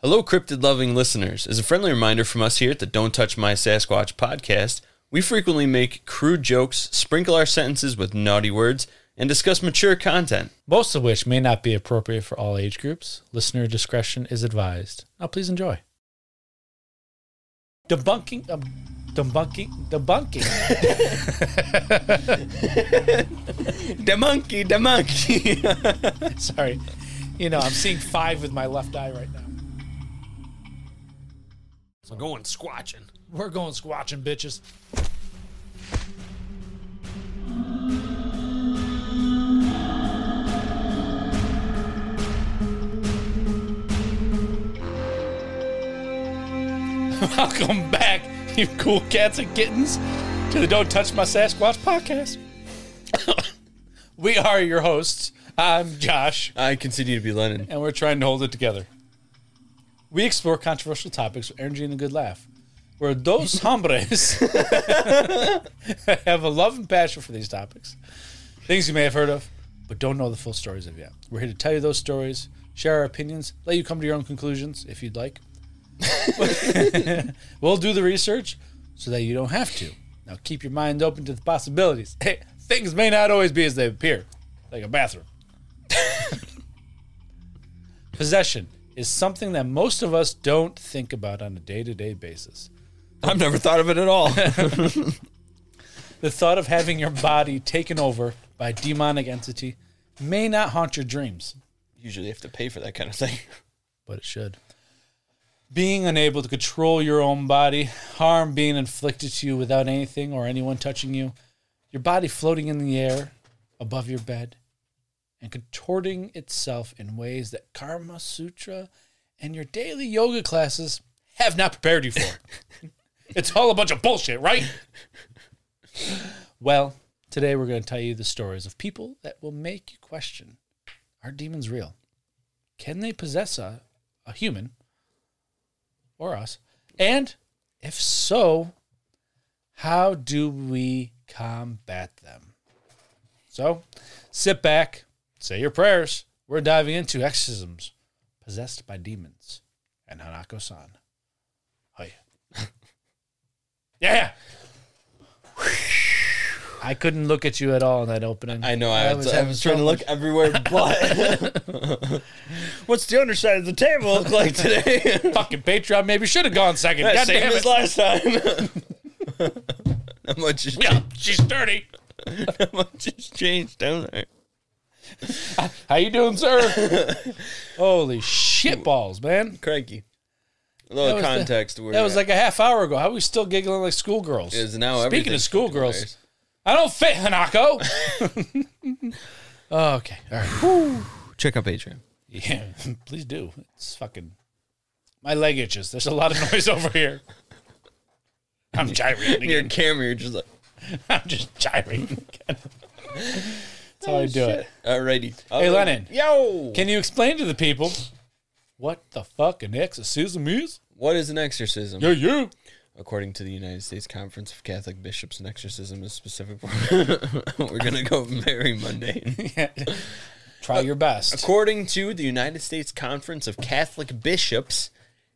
Hello, cryptid loving listeners. As a friendly reminder from us here at the Don't Touch My Sasquatch podcast, we frequently make crude jokes, sprinkle our sentences with naughty words, and discuss mature content. most of which may not be appropriate for all age groups. Listener discretion is advised. Now, please enjoy. Debunking, um, debunking, debunking. The monkey, the monkey. Sorry, you know I'm seeing five with my left eye right now. I'm going squatching. We're going squatching, bitches. Welcome back, you cool cats and kittens, to the Don't Touch My Sasquatch podcast. we are your hosts. I'm Josh I continue to be Lennon. and we're trying to hold it together. We explore controversial topics with energy and a good laugh. Where those hombres have a love and passion for these topics. Things you may have heard of, but don't know the full stories of yet. We're here to tell you those stories, share our opinions, let you come to your own conclusions if you'd like. we'll do the research so that you don't have to. Now keep your mind open to the possibilities. Hey, things may not always be as they appear, like a bathroom. Possession is something that most of us don't think about on a day to day basis. I've never thought of it at all. The thought of having your body taken over by a demonic entity may not haunt your dreams, Usually have to pay for that kind of thing. but it should. Being unable to control your own body, harm being inflicted to you without anything or anyone touching you, your body floating in the air above your bed, and contorting itself in ways that Karma Sutra and your daily yoga classes have not prepared you for. it's all a bunch of bullshit, right? well, today we're going to tell you the stories of people that will make you question are demons real? Can they possess a, a human or us? And if so, how do we combat them? So sit back, say your prayers. We're diving into exorcisms possessed by demons and Hanako san. Hi. yeah. I couldn't look at you at all in that opening. I know. I, was, I having was trying to so look everywhere, but what's the underside of the table look like today? fucking Patreon maybe should have gone second. Yeah, God same damn as it. last time. Not much has, yeah, she's dirty. not much has changed down there. How you doing, sir? Holy shit balls, man. Cranky. A little was the- context. where That was like a half hour ago. How are we still giggling like schoolgirls? is now Speaking of everything's fucking schoolgirls, hilarious. I don't fit, Hanako. Oh, okay. All right. Check out Patreon. Yeah, please do. It's fucking. My leg itches. There's a lot of noise over here. I'm gyrating. Your again. camera, you're just like, I'm just gyrating. again. That's how I do it. alrighty. Hey, Lennon. Yo. Can you explain to the people what the fuck an exorcism is? what is an exorcism? Yeah, yeah. According to the United States Conference of Catholic Bishops, an exorcism is specific. We're gonna go Merry Monday. Try your best. According to the United States Conference of Catholic Bishops,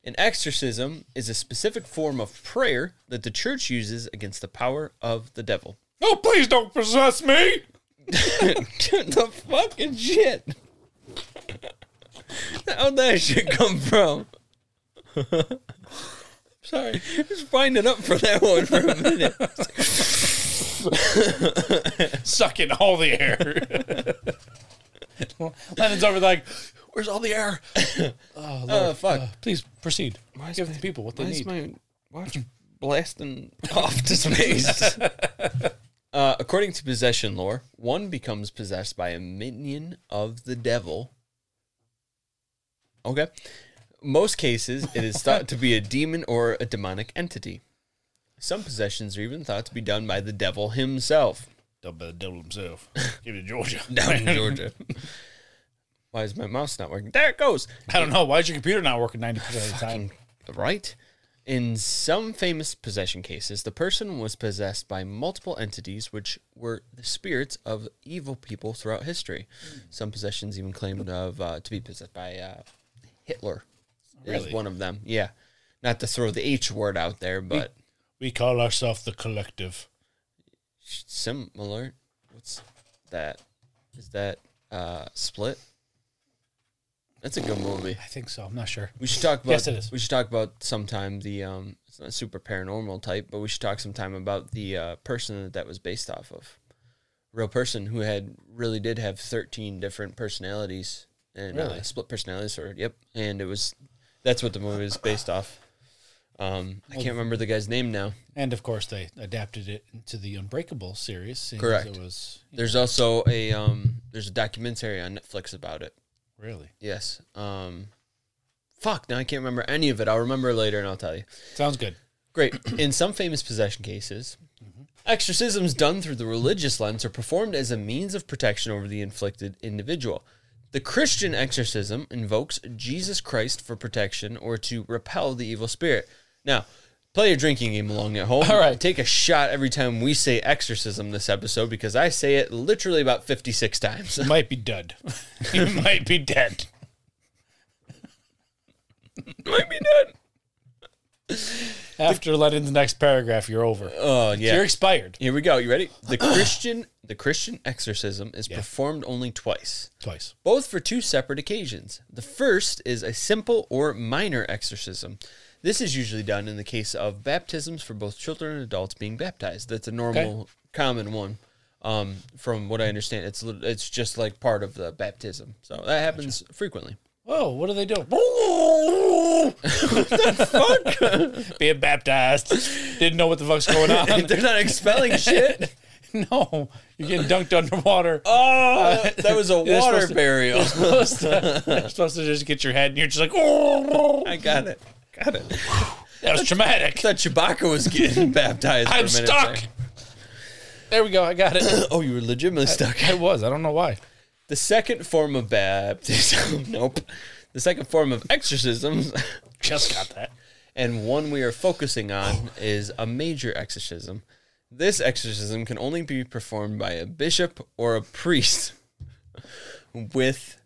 an exorcism is a specific form of prayer that the church uses against the power of the devil. No, please don't possess me. the fucking shit. How'd that shit come from? Sorry, just finding up for that one for a minute. Suck in all the air. Lennon's over like, where's all the air? Uh, Oh fuck! Please proceed. is Give my- the people what they Why is need. my watch blasting off to space? uh, according to possession lore, one becomes possessed by a minion of the devil. Okay. Most cases, it is thought to be a demon or a demonic entity. Some possessions are even thought to be done by the devil himself. Done by the devil himself. Give it to Georgia. Down in Georgia. Why is my mouse not working? There it goes. I don't know. Why is your computer not working 90% of the time? Right? In some famous possession cases, the person was possessed by multiple entities, which were the spirits of evil people throughout Hmm. history. Some possessions even claimed of uh, to be possessed by uh, Hitler is Really? one of them. Yeah. Not to throw the H word out there, but We call ourselves the collective. similar. What's that? Is that uh, Split? That's a good movie. I think so. I'm not sure. We should talk about. Yes, it is. We should talk about sometime the. Um, it's not super paranormal type, but we should talk sometime about the uh, person that that was based off of. Real person who had really did have thirteen different personalities and uh, Really? split personality disorder. Yep, and it was that's what the movie is based off. Um, I can't remember the guy's name now. And of course, they adapted it into the Unbreakable series. seeing as Correct. It was There's also a um, there's a documentary on Netflix about it. really Yes. Um, fuck. Now I can't remember any of it. I'll remember later and I'll tell you. sounds good. Great. In some famous possession cases, exorcisms done through the religious lens are performed as a means of protection over the inflicted individual. The Christian exorcism invokes Jesus Christ for protection or to repel the evil spirit. Now, play your drinking game along at home. All right. Take a shot every time we say exorcism this episode because I say it literally about 56 times. You might be dead. you might be dead. Might be dead. After letting the next paragraph, you're over. Oh, yeah. You're expired Here we go. You ready? The Christian the Christian exorcism is performed only twice, twice. both for two separate occasions. The first is a simple or minor exorcism. This is usually done in the case of baptisms for both children and adults being baptized. That's a normal, common one. Um, from what I understand, it's lit- it's just like part of the baptism, so that happens frequently. Whoa, what are they doing? what the fuck? Being baptized. Didn't know what the fuck's going on. They're not expelling shit. no, you're getting dunked underwater. Oh, that was a You're water supposed to- burial. You're supposed to- you're supposed to just get your head and you're just like, oh, I got it. Got it. that was traumatic. thought Chewbacca was getting baptized. for a I'm minute stuck. There we go. I got it. there. Oh, you were legitimately stuck. I was. I don't know why. The second form of baptism. nope. The second form of exorcisms, Just got that. and one we are focusing on, is a major exorcism. This exorcism can only be performed by a bishop or a priest with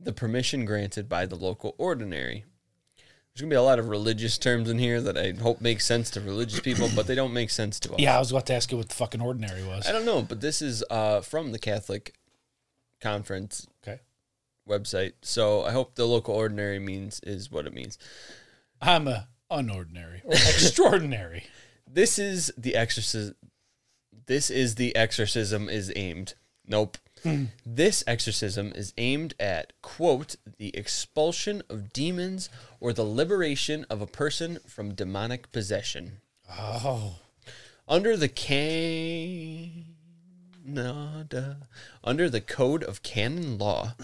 the permission granted by the local ordinary. There's going to be a lot of religious terms in here that I hope make sense to religious people, but they don't make sense to us. Yeah, I was about to ask you what the fucking ordinary was. I don't know, but this is uh, from the Catholic Conference Okay. website. So I hope the local ordinary means is what it means. I'm a unordinary or extraordinary. This is the exorcism. This is the exorcism is aimed. Nope. This exorcism is aimed at, quote, the expulsion of demons or the liberation of a person from demonic possession. Oh, under the canada under the code of canon law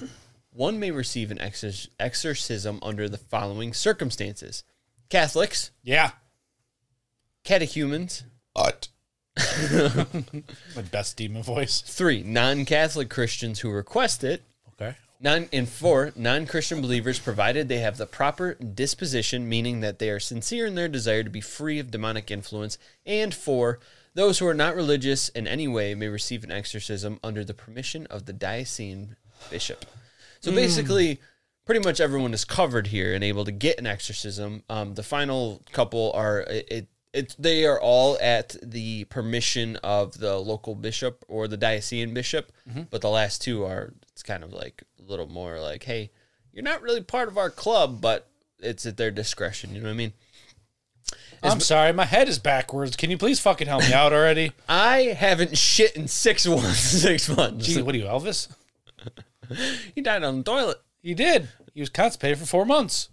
one may receive an exor- exorcism under the following circumstances catholics yeah. catechumens Ut. My best demon voice. three non-catholic christians who request it Okay. Non and four non-Christian believers, provided they have the proper disposition, meaning that they are sincere in their desire to be free of demonic influence. And four, those who are not religious in any way may receive an exorcism under the permission of the diocesan bishop. Hmm. So basically, pretty much everyone is covered here and able to get an exorcism. Um, the final couple are it. it it's they are all at the permission of the local bishop or the diocesan bishop, Mm-hmm. but the last two are it's kind of like a little more like, hey, you're not really part of our club, but it's at their discretion. You know what I mean? I'm sorry. My head is backwards. Can you please fucking help me out already? I haven't shit in six months. Six months. Gee, what are you, Elvis? He died on the toilet. He did. He was constipated for four months.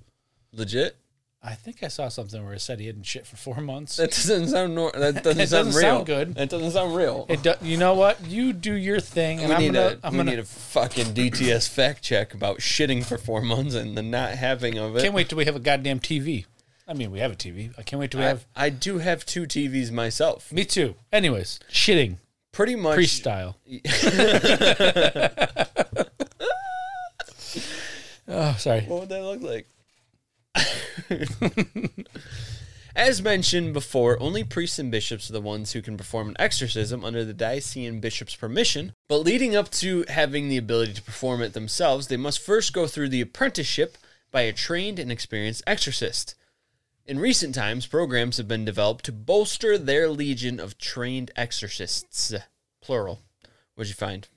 Legit. I think I saw something where it said he hadn't shit for four months. That doesn't sound. Nor- that doesn't, It sound doesn't real. sound good. That doesn't sound real. It do, you know what? You do your thing, and we I'm need gonna. a I'm we gonna. need a fucking DTS fact check about shitting for four months and the not having of it. can't wait till we have a goddamn TV. I mean, we have a TV. I can't wait till we I, have. I do have two TVs myself. Me too. Anyways, shitting Pretty much. priest style. oh, sorry. What would that look like? As mentioned before, only priests and bishops are the ones who can perform an exorcism under the diocesan bishop's permission. But leading up to having the ability to perform it themselves, they must first go through the apprenticeship by a trained and experienced exorcist. In recent times, programs have been developed to bolster their legion of trained exorcists. Plural. What'd you find?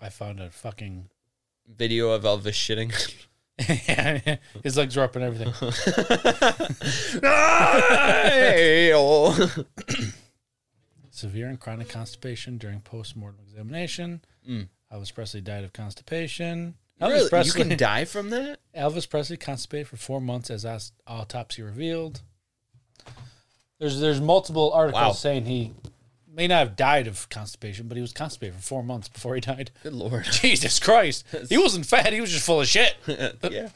I found a fucking. Video of Elvis shitting. His legs were up and everything. Ayo. Severe and chronic constipation during post-mortem examination. Elvis Presley died of constipation. Elvis really? You Oh, Presley. can die from that? Elvis Presley constipated for four months as aus- autopsy revealed. There's there's multiple articles Wow. saying he may not have died of constipation, but he was constipated for four months before he died. Good lord. Jesus Christ. He wasn't fat, he was just full of shit. yeah.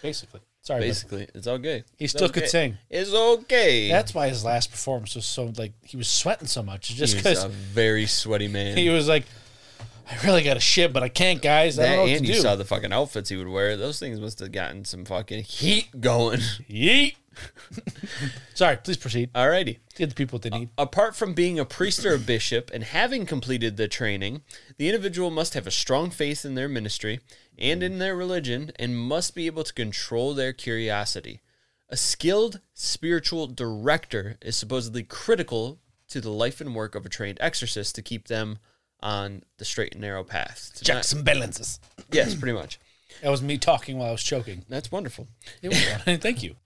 Basically. Sorry, bud. Basically, it's all good. he It's still could okay. sing. It's okay. That's why his last performance was so like he was sweating so much. It's Just He was um, because a very sweaty man. he was like, I really got to shit, but I can't, guys. I that don't know what and to you do. saw the fucking outfits he would wear. Those things must have gotten some fucking heat going. Yeet. Sorry, please proceed. Alrighty. Give the people what they Uh, need. Apart from being a priest or a bishop and having completed the training, the individual must have a strong faith in their ministry and in their religion and must be able to control their curiosity. A skilled spiritual director is supposedly critical to the life and work of a trained exorcist to keep them on the straight and narrow path. To Checks and balances. not- yes, pretty much. That was me talking while I was choking. That's wonderful. Thank you.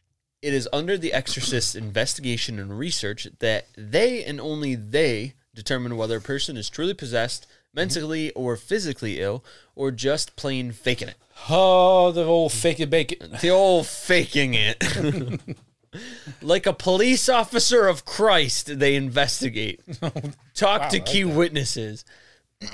It is under the exorcist's investigation and research that they and only they determine whether a person is truly possessed, mentally or physically ill, or just plain faking it. Oh, the old fake it, bake it. The old faking it. like a police officer of Christ, they investigate. Talk to key witnesses.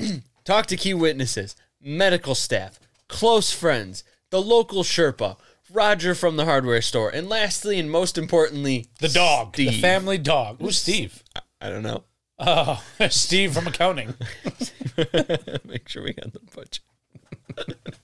Talk to key witnesses, medical staff, close friends, the local Sherpa, Roger from the hardware store, and lastly and most importantly, The dog. The Steve. family dog. Who's Steve? I don't know. Oh, Steve from accounting. Make sure we got the butcher.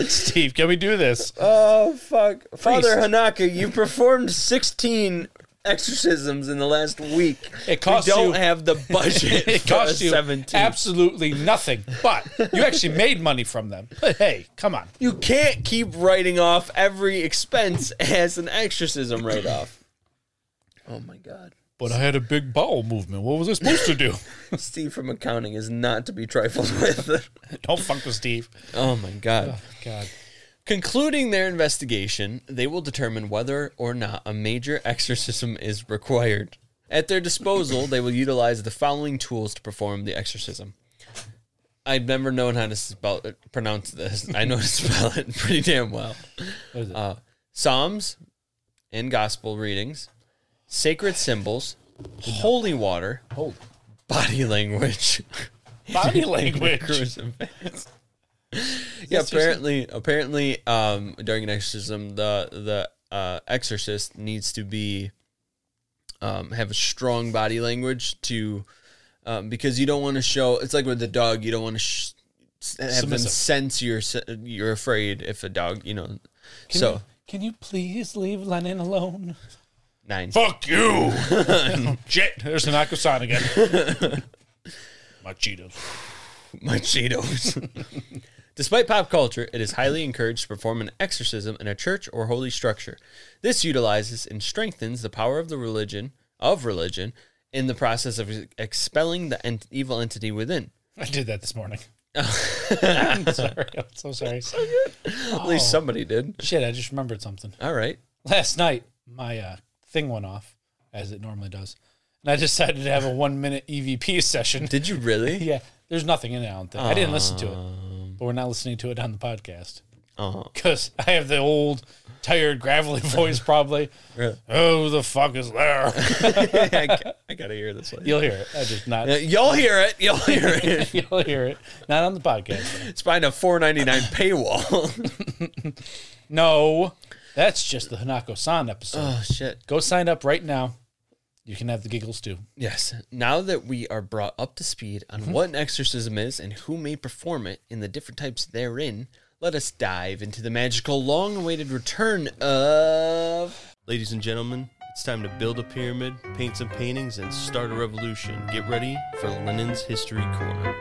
Steve, can we do this? Oh fuck, Father Priest. Hanaka, you performed sixteen exorcisms in the last week. It costs we don't you- have the budget. It cost you seventeen. absolutely nothing, but you actually made money from them. But hey, come on. you can't keep writing off every expense as an exorcism write-off. Oh my god, But I had a big bowel movement. What was I supposed to do? Steve from accounting is not to be trifled with. Don't fuck with Steve. oh my god. God. Concluding their investigation, they will determine whether or not a major exorcism is required. At their disposal, they will utilize the following tools to perform the exorcism. I've never known how to spell it, pronounce this. I know how to spell it pretty damn well. What is it? Psalms and gospel readings, sacred symbols, holy water, Hold. body language. Body language. crucifix. yeah, just- apparently, apparently, um, during an exorcism, the the uh, exorcist needs to be um, have a strong body language to um, because you don't want to show. It's like with the dog, you don't want to sh- have them Submissive. sense you're s- you're afraid if a dog, you know. Can so you- can you please leave Lennon alone? nine. Fuck you! Shit, there's an Akusan again. My Cheetos. my Cheetos. Despite pop culture, it is highly encouraged to perform an exorcism in a church or holy structure. This utilizes and strengthens the power of the religion of religion in the process of expelling the ent- evil entity within. I did that this morning. I'm sorry. I'm so sorry. At least somebody did. Shit, I just remembered something. All right. Last night, my uh, thing went off, as it normally does. And I decided to have a one minute EVP session. Did you really? Yeah, there's nothing in it, I don't think. I didn't listen to it, but we're not listening to it on the podcast. Uh-huh. Because I have the old, tired, gravelly voice, probably. Really? Oh, the fuck is there? I, ca- I gotta hear this one. You'll hear it. I just not. Uh, You'll hear it. You'll hear it. You'll hear it. Not on the podcast. It's behind a four ninety nine paywall. No, that's just the Hanako san episode. oh shit. Go sign up right now. You can have the giggles too. Yes. Now that we are brought up to speed on what an exorcism is and who may perform it and the different types therein, let us dive into the magical, long awaited return of. Ladies and gentlemen, it's time to build a pyramid, paint some paintings, and start a revolution. Get ready for Lenin's History Corner.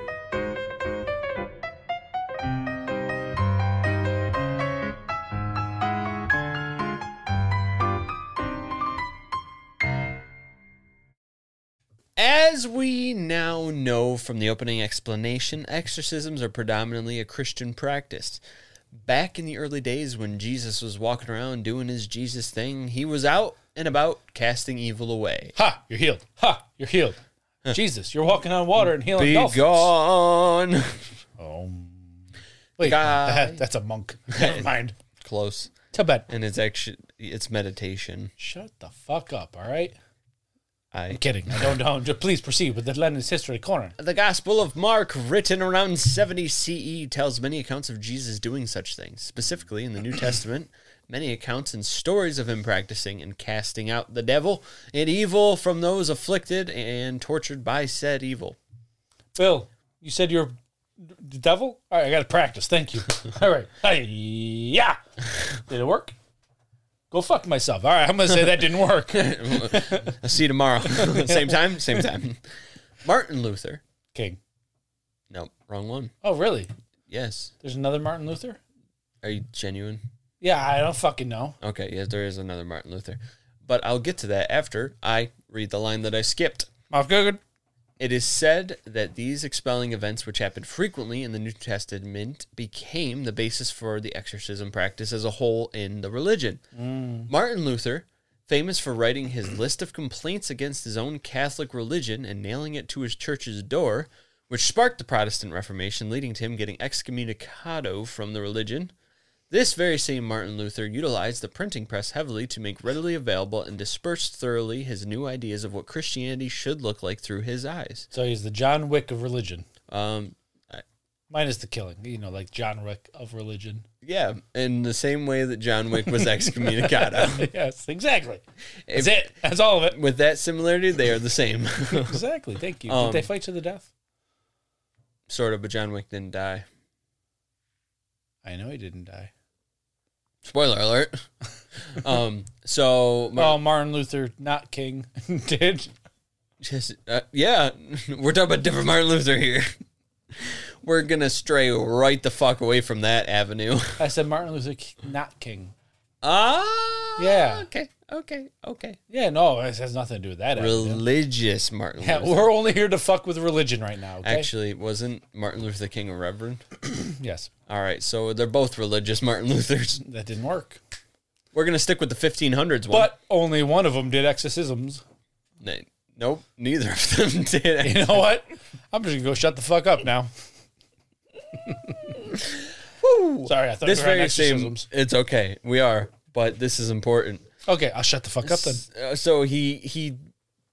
As we now know from the opening explanation, exorcisms are predominantly a Christian practice. Back in the early days when Jesus was walking around doing his Jesus thing, he was out and about casting evil away. Ha! You're healed. Ha! You're healed. Jesus, you're walking on water and healing Be dolphins. gone. Oh. Wait, Guy. that's a monk. Never mind. Close. Tibet. And it's actually it's meditation. Shut the fuck up, all right? I I'm kidding. I don't know. Just please proceed with the London's history corner. The Gospel of Mark, written around 70 CE, tells many accounts of Jesus doing such things. Specifically, in the New Testament, many accounts and stories of him practicing and casting out the devil and evil from those afflicted and tortured by said evil. Bill, you said you're the devil? All right, I got to practice. Thank you. All right. Hey, yeah. Did it work? Go fuck myself. All right, I'm going to say that didn't work. I'll see you tomorrow. same time, same time. Martin Luther. King. Nope, wrong one. Oh, really? Yes. There's another Martin Luther? Are you genuine? Yeah, I don't fucking know. Okay, yes, there is another Martin Luther. But I'll get to that after I read the line that I skipped. Mouth Gogan. It is said that these expelling events, which happened frequently in the New Testament, became the basis for the exorcism practice as a whole in the religion. Martin Luther, famous for writing his list of complaints against his own Catholic religion and nailing it to his church's door, which sparked the Protestant Reformation, leading to him getting excommunicado from the religion. This very same Martin Luther utilized the printing press heavily to make readily available and disperse thoroughly his new ideas of what Christianity should look like through his eyes. So he's the John Wick of religion. Um, Minus the killing, you know, like John Wick of religion. yeah, in the same way that John Wick was excommunicado. yes, exactly. That's it. That's all of it. With that similarity, they are the same. Exactly. Thank you. Um, Did they fight to the death? sort of, but John Wick didn't die. I know he didn't die. Spoiler alert. um, so, Mar- Well, Oh, Martin Luther, not king, did. just, uh, yeah, we're talking about different Martin Luther here. we're going to stray right the fuck away from that avenue. I said Martin Luther, K- not king. Ah, Yeah. Okay, okay, okay. Yeah, no, it has nothing to do with that. actually. Religious Martin Yeah, Luther. we're only here to fuck with religion right now. Okay? Actually, wasn't Martin Luther King a reverend? yes, All right, so they're both religious Martin Luthers. that didn't work. We're gonna stick with the 1500s one. But only one of them did exorcisms. N- nope, neither of them did. You know what? I'm just gonna go shut the fuck up now. Woo! Sorry, I thought This we were on very same. exorcisms. It's okay. We are, but this is important. Okay, I'll shut the fuck up then. S- uh, So he he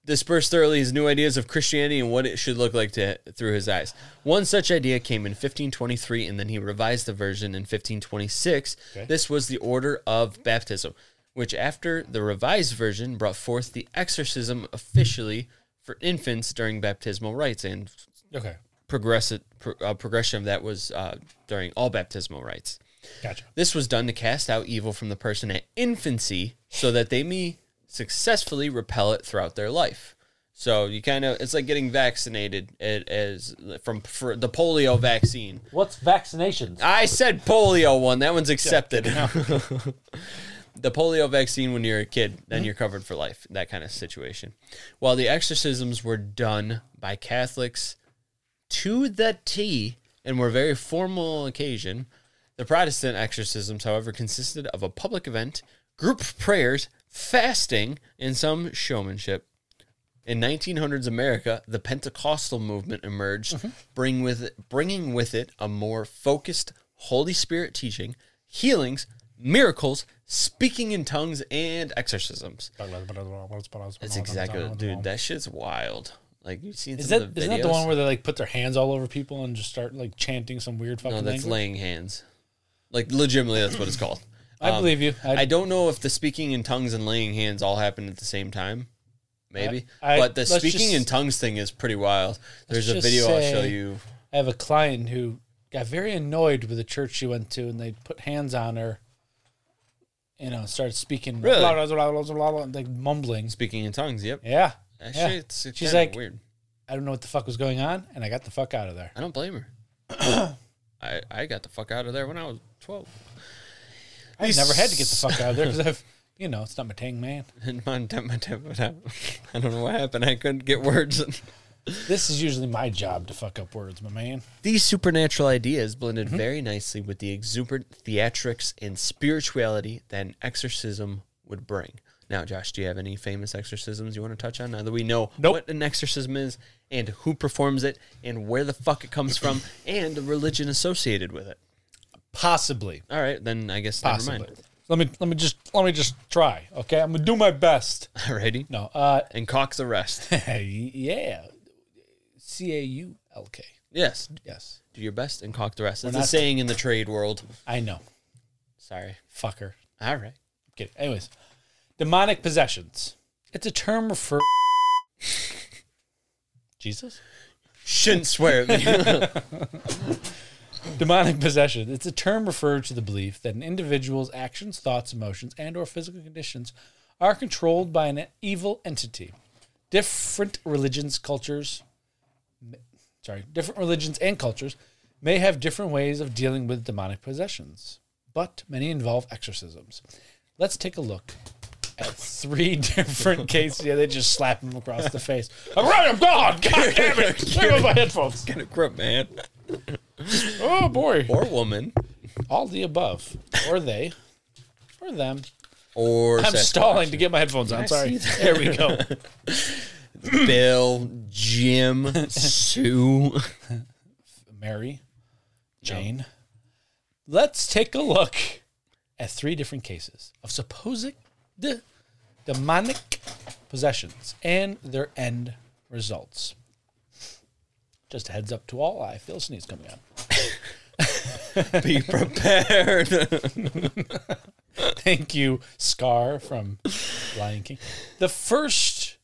dispersed thoroughly his new ideas of Christianity and what it should look like to through his eyes. One such idea came in 1523, and then he revised the version in 1526. This was the order of baptism, which after the revised version brought forth the exorcism officially for infants during baptismal rites and Okay, progressive pro, uh, progression of that was uh, during all baptismal rites. gotcha. This was done to cast out evil from the person at infancy so that they may successfully repel it throughout their life. So you kind of it's like getting vaccinated it, as from for the polio vaccine. What's vaccinations? I said polio one. That one's accepted. the polio vaccine when you're a kid, then you're covered for life. That kind of situation. While the exorcisms were done by Catholics to the T and were very formal occasion, the Protestant exorcisms, however, consisted of a public event, group prayers, fasting, and some showmanship. In 1900s America, the Pentecostal movement emerged, Mm-hmm. bring with it, bringing with it a more focused Holy Spirit teaching, healings, miracles, speaking in tongues, and exorcisms. That's That's exactly, dude. That shit's wild. Like you've seen Is some that of the videos. isn't that the one where they like put their hands all over people and just start like chanting some weird fucking no, that's language? laying hands. Like legitimately, that's what it's called. I believe you. I, um, I don't know if the speaking in tongues and laying hands all happened at the same time. Maybe, I- I- but the let's speaking just- in tongues thing is pretty wild. There's a just video I'll show say- you. I have a client who got very annoyed with the church she went to, and they put hands on her, you know, and started speaking, Really? blah, blah, blah, blah, blah, blah, like mumbling. Speaking in tongues, yep. Yeah, Actually, yeah. it's, She's kind like- of weird. I don't know what the fuck was going on, and I got the fuck out of there. I don't blame her. I I got the fuck out of there when I was twelve. I've never had to get the fuck out of there because I've You know, it's not my tang man. And my- my- my- my- I don't know what happened. I couldn't get words. This is usually my job to fuck up words, my man. These supernatural ideas blended Mm-hmm. very nicely with the exuberant theatrics and spirituality that an exorcism would bring. Now, Josh, do you have any famous exorcisms you want to touch on? Now that we know Nope. what an exorcism is and who performs it and where the fuck it comes from and the religion associated with it. Possibly. All right, then I guess Possibly. never mind. Let me let me just let me just try. Okay, I'm gonna do my best. All righty. No, uh, And cock the rest. yeah, C A U L K. yes. Yes, Do your best and cock the rest. It's We're a not- saying in the trade world. I know. Sorry. Fucker. All right. Okay. Anyways, demonic possessions. It's a term for Jesus. Shouldn't swear at me. Demonic possession. It's a term referred to the belief that an individual's actions, thoughts, emotions, and/or physical conditions are controlled by an evil entity. Different religions, cultures, m- sorry, different religions and cultures may have different ways of dealing with demonic possessions, but many involve exorcisms. Let's take a look at three different cases. Yeah, they just slap him across the face. All right, I'm gone. God damn it! Where are my headphones? Kind of grub, man. Oh boy. Or woman. all the above, or they, or them. Or I'm Sasquatch. stalling to get my headphones on. Sorry. There we go. Bill, Jim, Sue. Mary, Jane. Let's take a look at three different cases of supposed de- demonic possessions and their end results. Just a heads up to all. I feel a sneeze coming on. Be prepared. Thank you, Scar from Lion King. The first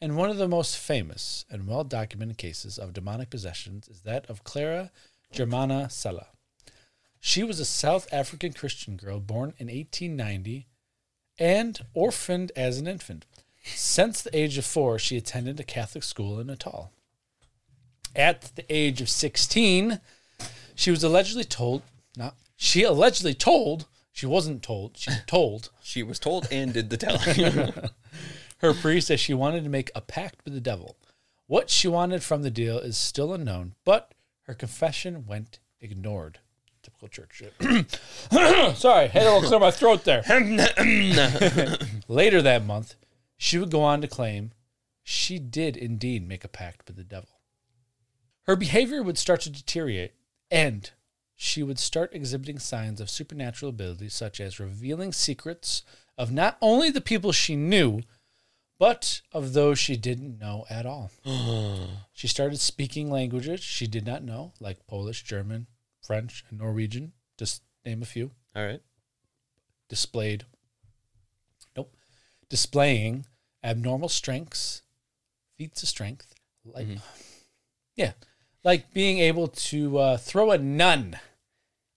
and one of the most famous and well documented cases of demonic possessions is that of Clara Germana Sella. She was a South African Christian girl born in 1890 and orphaned as an infant. Since the age of four, she attended a Catholic school in Natal. At the age of 16, she was allegedly told, not, she allegedly told, she wasn't told, she told she was told and did the telling. her priest that she wanted to make a pact with the devil. What she wanted from the deal is still unknown, but her confession went ignored. Typical church shit. Sorry, had a little clear my throat there. Later that month, she would go on to claim she did indeed make a pact with the devil. Her behavior would start to deteriorate, and she would start exhibiting signs of supernatural abilities, such as revealing secrets of not only the people she knew, but of those she didn't know at all. she started speaking languages she did not know, like Polish, German, French, and Norwegian, just name a few All right. displayed nope displaying abnormal strengths feats of strength like yeah like being able to uh, throw a nun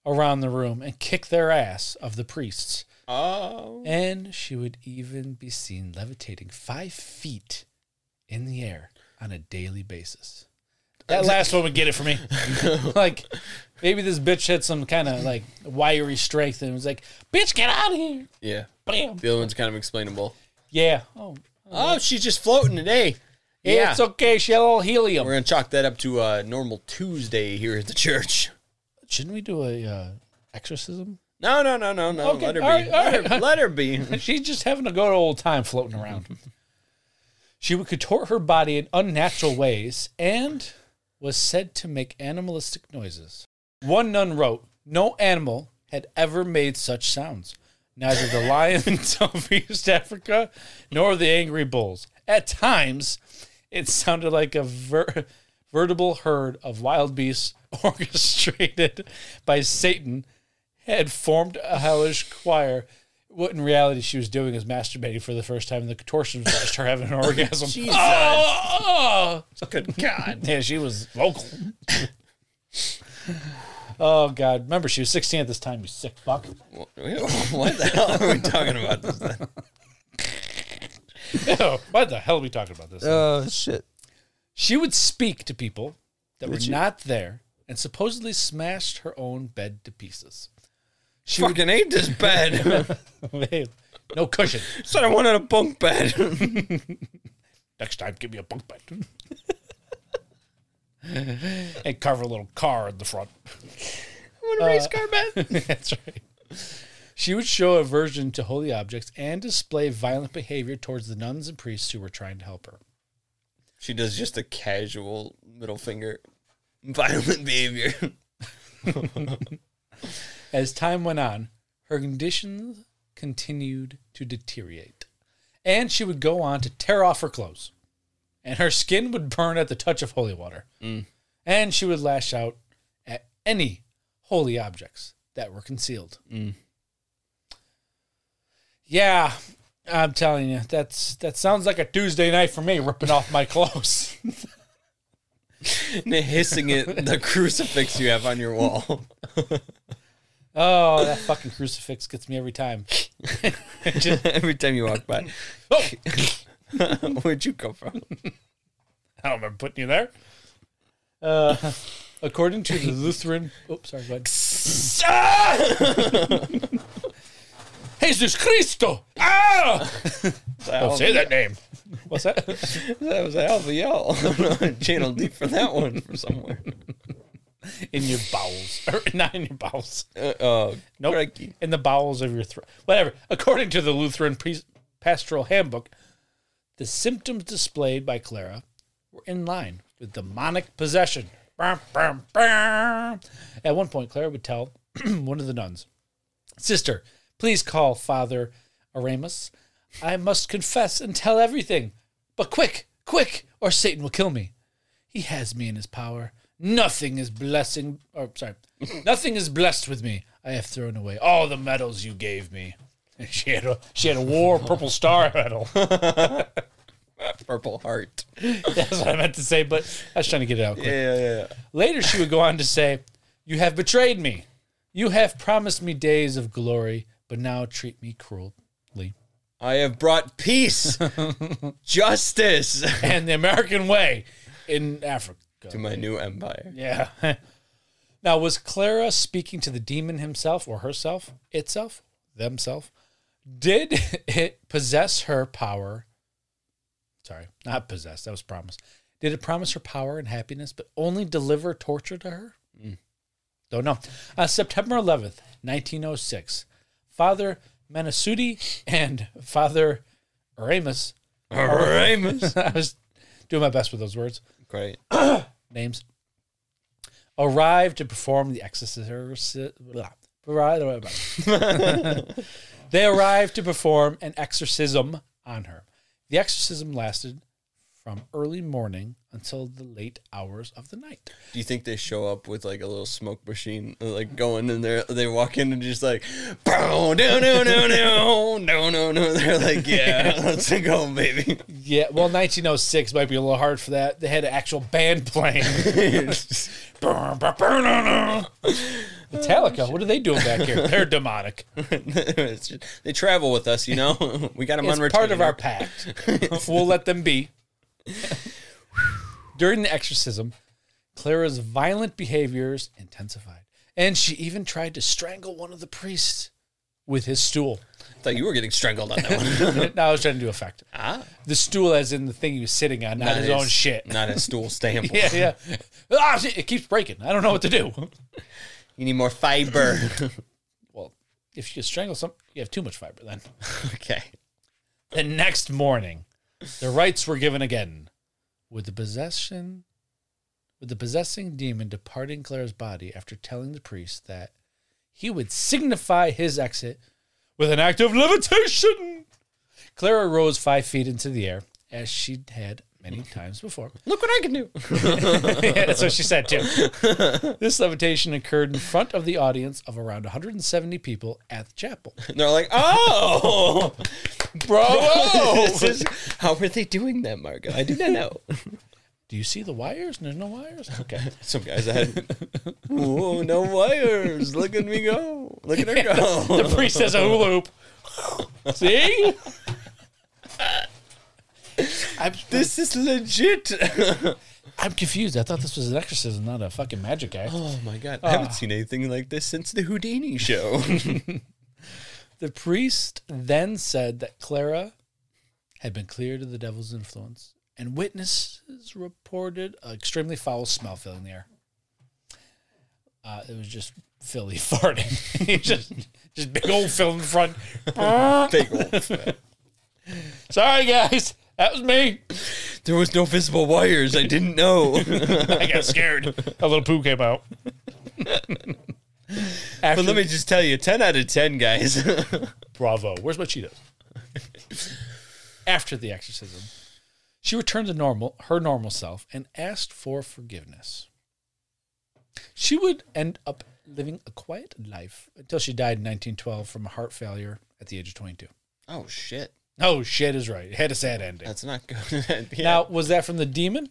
around the room and kick their ass of the priests Oh. and she would even be seen levitating five feet in the air on a daily basis that last one would get it for me like maybe this bitch had some kind of like wiry strength and was like bitch get out of here Yeah. Bam. The other one's kind of explainable. Yeah. Oh, Oh, she's just floating today. yeah. Yeah. It's okay. She had a little helium. We're going to chalk that up to a normal Tuesday here at the church. Shouldn't we do a uh, exorcism? No, no, no, no, no. Okay, Let her be. all right, all let, her, right. let her be. She's just having a good old time floating around. she would contort her body in unnatural ways and was said to make animalistic noises. One nun wrote, "No animal had ever made such sounds." Neither the lions of East Africa nor the angry bulls. At times, it sounded like a ver- veritable herd of wild beasts orchestrated by Satan had formed a hellish choir. What in reality she was doing is masturbating for the first time, and the contortions was just her having an orgasm. Jesus. Oh! Good God. Yeah, she was vocal. oh God! Remember, she was 16 at this time. You sick fuck. What the hell are we talking about? This thing? Ew, Why the hell are we talking about this? Oh, shit. She would speak to people that were not there, and supposedly smashed her own bed to pieces. She fucking ate this bed. Babe, No cushion. So I wanted a bunk bed. Next time, give me a bunk bed. and carve a little car in the front. I want a race car bed. That's right. She would show aversion to holy objects and display violent behavior towards the nuns and priests who were trying to help her. She does just a casual middle finger. Violent behavior. As time went on, her condition continued to deteriorate, and she would go on to tear off her clothes, and her skin would burn at the touch of holy water, and she would lash out at any holy objects that were concealed. Yeah, I'm telling you, that's that sounds like a Tuesday night for me, ripping off my clothes. and hissing at the crucifix you have on your wall. oh, that fucking crucifix gets me every time. Every time you walk by. Oh, Where'd you come from? I don't remember putting you there. Uh, according to the Lutheran, oops, sorry, go ahead. Jesus Cristo! Ah! Oh, Don't say that name. What's that? That was a hell of a yell. Channel D for that one from somewhere. In your bowels, or not in your bowels. Uh, oh, Nope. crikey. In the bowels of your throat. Whatever. According to the Lutheran priest pastoral handbook, the symptoms displayed by Clara were in line with demonic possession. Brum, brum, brum. At one point, Clara would tell one of the nuns, Sister, please call Father Aramus. I must confess and tell everything. But quick, quick, or Satan will kill me. He has me in his power. Nothing is blessing, or sorry, nothing is blessed with me. I have thrown away all the medals you gave me. She had a she had a war purple star medal. Purple heart. That's what I meant to say, but I was trying to get it out quick. Yeah, yeah, Later, she would go on to say, You have betrayed me. You have promised me days of glory, but now treat me cruelly. I have brought peace, justice And the American way in Africa. to my new empire. Yeah. now, was Clara speaking to the demon himself or herself, itself, themself? Did it possess her power? Sorry, not possess. That was promise. Did it promise her power and happiness, but only deliver torture to her? Hmm. Don't know. On September 11th, 1906, Father Manasudi and Father Aramis, Aramus. I was doing my best with those words, Great. names arrived to perform the exorcism. they arrived to perform an exorcism on her. The exorcism lasted from early morning until the late hours of the night. Do you think they show up with like a little smoke machine, like going in there? They walk in and just like, "Bow, no, no, no, no, no, no, no. They're like, yeah, let's go, baby. Yeah, well, 1906 might be a little hard for that. They had an actual band playing. Metallica, what are they doing back here? They're demonic. It's just- they travel with us, you know. We got them It's on part of retainer. our pact. we'll let them be. During the exorcism, Clara's violent behaviors intensified, and she even tried to strangle one of the priests with his stool. Thought you were getting strangled on that one. no, I was trying to do effect. ah, The stool, as in the thing he was sitting on, not, his, own shit. Not his stool stamp. Yeah, yeah. Ah, shit, it keeps breaking. I don't know what to do. You need more fiber. Well, if you strangle some, you have too much fiber then. okay. The next morning, the rites were given again, with the possession, with the possessing demon departing Clara's body after telling the priest that he would signify his exit with an act of levitation. Clara rose five feet into the air, as she had many times before. Look what I can do. Yeah, that's what she said too. This levitation occurred in front of the audience of around 170 people at the chapel. And they're like, oh, bro. Bro. this is, how are they doing that, Margo? I do not know. Do you see the wires? There's no wires. Okay. Some guys ahead. Whoa, no wires. Look at me go. Look at her The go. priest has a hula hoop. See? I'm, this is legit. I'm confused. I thought this was an exorcism, not a fucking magic act. oh my god. I haven't seen anything like this since the Houdini show. The priest then said that Clara had been cleared of the devil's influence, and witnesses reported an extremely foul smell filling the air. Uh, it was just Philly farting. just, just big old Phil in front. Big old fat. Sorry, guys. That was me. There was no visible wires. I didn't know. I got scared. A little poo came out. After but let me just tell you, ten out of ten, guys. Bravo. Where's my Cheetos? After the exorcism, she returned to normal, her normal self, and asked for forgiveness. She would end up living a quiet life until she died in 1912 from heart failure at the age of 22. oh shit, Oh, shit is right. It had a sad ending. that's not good. Yeah. Now, was that from the demon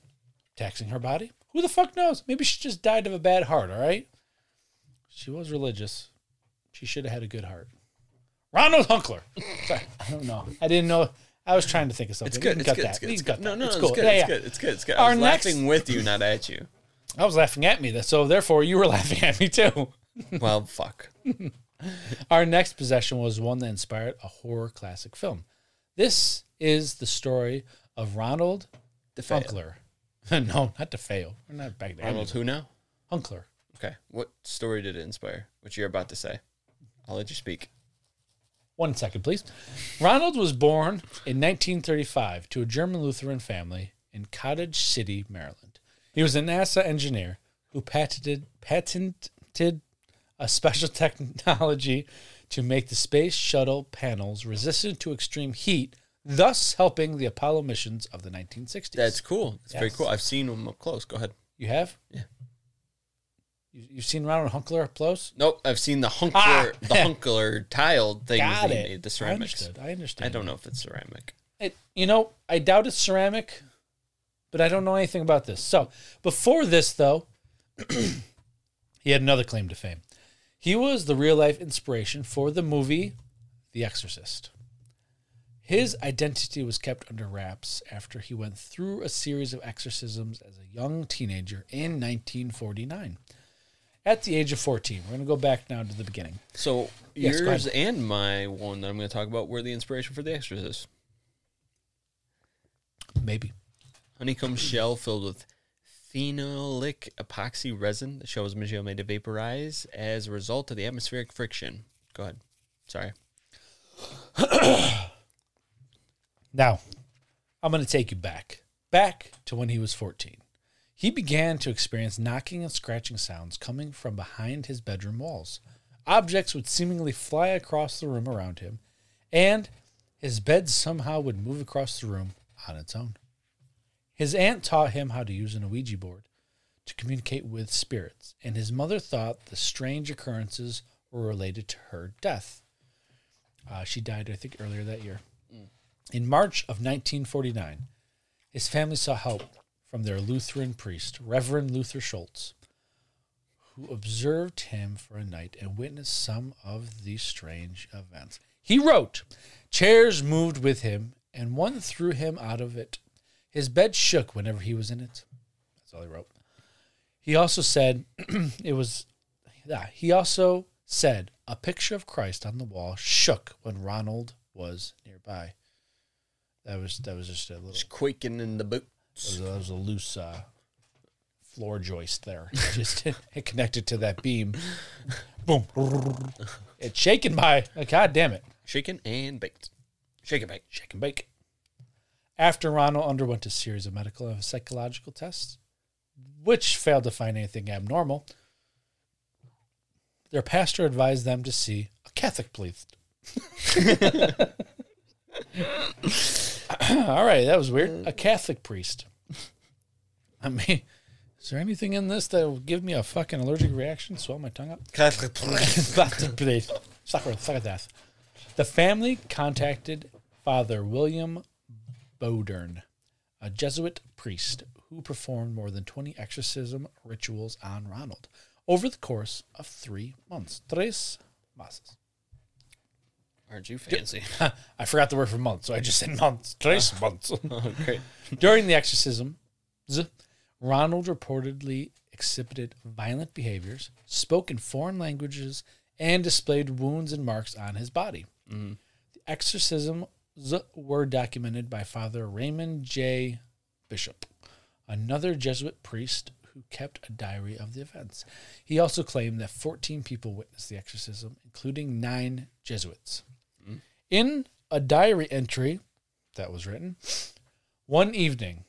taxing her body? Who the fuck knows? Maybe she just died of a bad heart, all right? She was religious. She should have had a good heart. Ronald Hunkler. Sorry, I don't know. I didn't know. I was trying to think of something. it's We good. can It's cut good. that. It's good. We It's can cut good. that. No, no, It's it's cool. good. Yeah, It's yeah. good. It's good. It's good. Our I was next- laughing with you, not at you. I was laughing at me, so therefore you were laughing at me too. Well, fuck. Hmm. Our next possession was one that inspired a horror classic film. This is the story of Ronald The fail. Hunkler. no, not DeFeo. We're not back there. Ronald, who now? Hunkler. Okay. What story did it inspire? What you're about to say? I'll let you speak. One second, please. Ronald was born in 1935 to a German Lutheran family in Cottage City, Maryland. He was a NASA engineer who patented, patented a special technology to make the space shuttle panels resistant to extreme heat, thus helping the Apollo missions of the 1960s. That's cool. That's very Yes. cool. I've seen them up close. Go ahead. you have? Yeah. You, you've seen Ronald Hunkler up close? Nope. I've seen the hunkler, Ah! the hunkler tiled things. Got they it. made, The I ceramics. understood. I understand. I don't know if it's ceramic. it, you know, I doubt it's ceramic, but I don't know anything about this. So before this, though, he had another claim to fame. He was the real life inspiration for the movie The Exorcist. His identity was kept under wraps after he went through a series of exorcisms as a young teenager in 1949. At the age of 14, we're going to go back now to the beginning. So Yes, go yours and my one that I'm going to talk about were the inspiration for The Exorcist. Maybe. Honeycomb shell filled with phenolic epoxy resin. The shell was originally made to vaporize as a result of the atmospheric friction. Go ahead. Sorry. Now, I'm going to take you back, back to when he was 14. He began to experience knocking and scratching sounds coming from behind his bedroom walls. Objects would seemingly fly across the room around him, and his bed somehow would move across the room on its own. His aunt taught him how to use an Ouija board to communicate with spirits, and his mother thought the strange occurrences were related to her death. Uh, she died, I think, earlier that year. In March of 1949, his family saw help from their Lutheran priest, Reverend Luther Schultz, who observed him for a night and witnessed some of these strange events. He wrote, Chairs moved with him, and one threw him out of it. His bed shook whenever he was in it. That's all he wrote. He also said, It was, yeah, he also said, a picture of Christ on the wall shook when Ronald was nearby. That was that was just a little Just quaking in the boot. that was a, that was a loose uh, floor joist there. It Just it connected to that beam. Boom. It's shaking my god damn it. Shaken and baked. Shake and bake. Shake and bake. After Ronald underwent a series of medical and psychological tests, which failed to find anything abnormal, their pastor advised them to see a Catholic priest. All right, that was weird. A Catholic priest. I mean, is there anything in this that will give me a fucking allergic reaction? Swell my tongue up. But please, sucker, sucker death. The family contacted Father William Bodern, a Jesuit priest who performed more than 20 exorcism rituals on Ronald over the course of three months. Tres meses. Aren't you fancy? I forgot the word for months, so I just said months. Tres months. oh, great. During the exorcism, z- Ronald reportedly exhibited violent behaviors, spoke in foreign languages, and displayed wounds and marks on his body. The exorcisms were documented by Father Raymond J. Bishop, another Jesuit priest who kept a diary of the events. He also claimed that 14 people witnessed the exorcism, including nine Jesuits. In a diary entry that was written, one evening,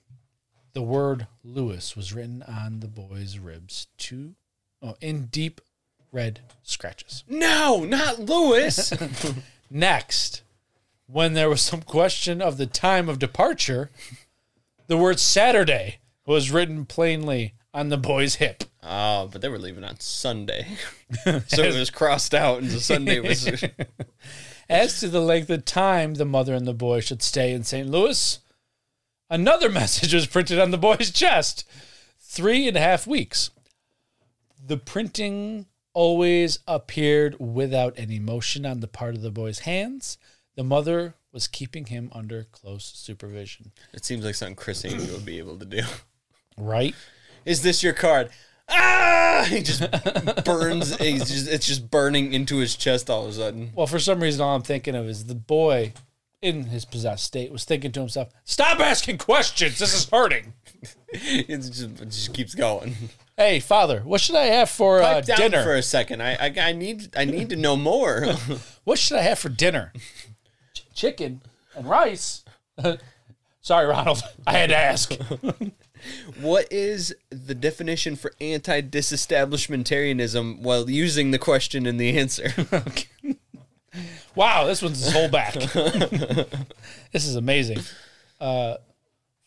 the word Lewis was written on the boy's ribs two, oh, in deep red scratches. No, not Lewis. Next, when there was some question of the time of departure, the word Saturday was written plainly on the boy's hip. oh, but they were leaving on Sunday. so it was crossed out, and the Sunday was. As to the length of time the mother and the boy should stay in St. Louis, another message was printed on the boy's chest three and a half weeks. The printing always appeared without any motion on the part of the boy's hands. The mother was keeping him under close supervision. it seems like something Chris Angel would be able to do. Right? Is this your card? Ah! He just burns. He's just, it's just burning into his chest all of a sudden. Well, for some reason, all I'm thinking of is the boy in his possessed state was thinking to himself, Stop asking questions. This is hurting. It's just, it just keeps going. Hey, father, what should I have for uh, Pipe down dinner? for a second. I, I I need I need to know more. What should I have for dinner? Ch- chicken and rice. Sorry, Ronald. I had to ask. what is the definition for anti-disestablishmentarianism while using the question and the answer? Wow, this one's his whole back. this is amazing. Uh,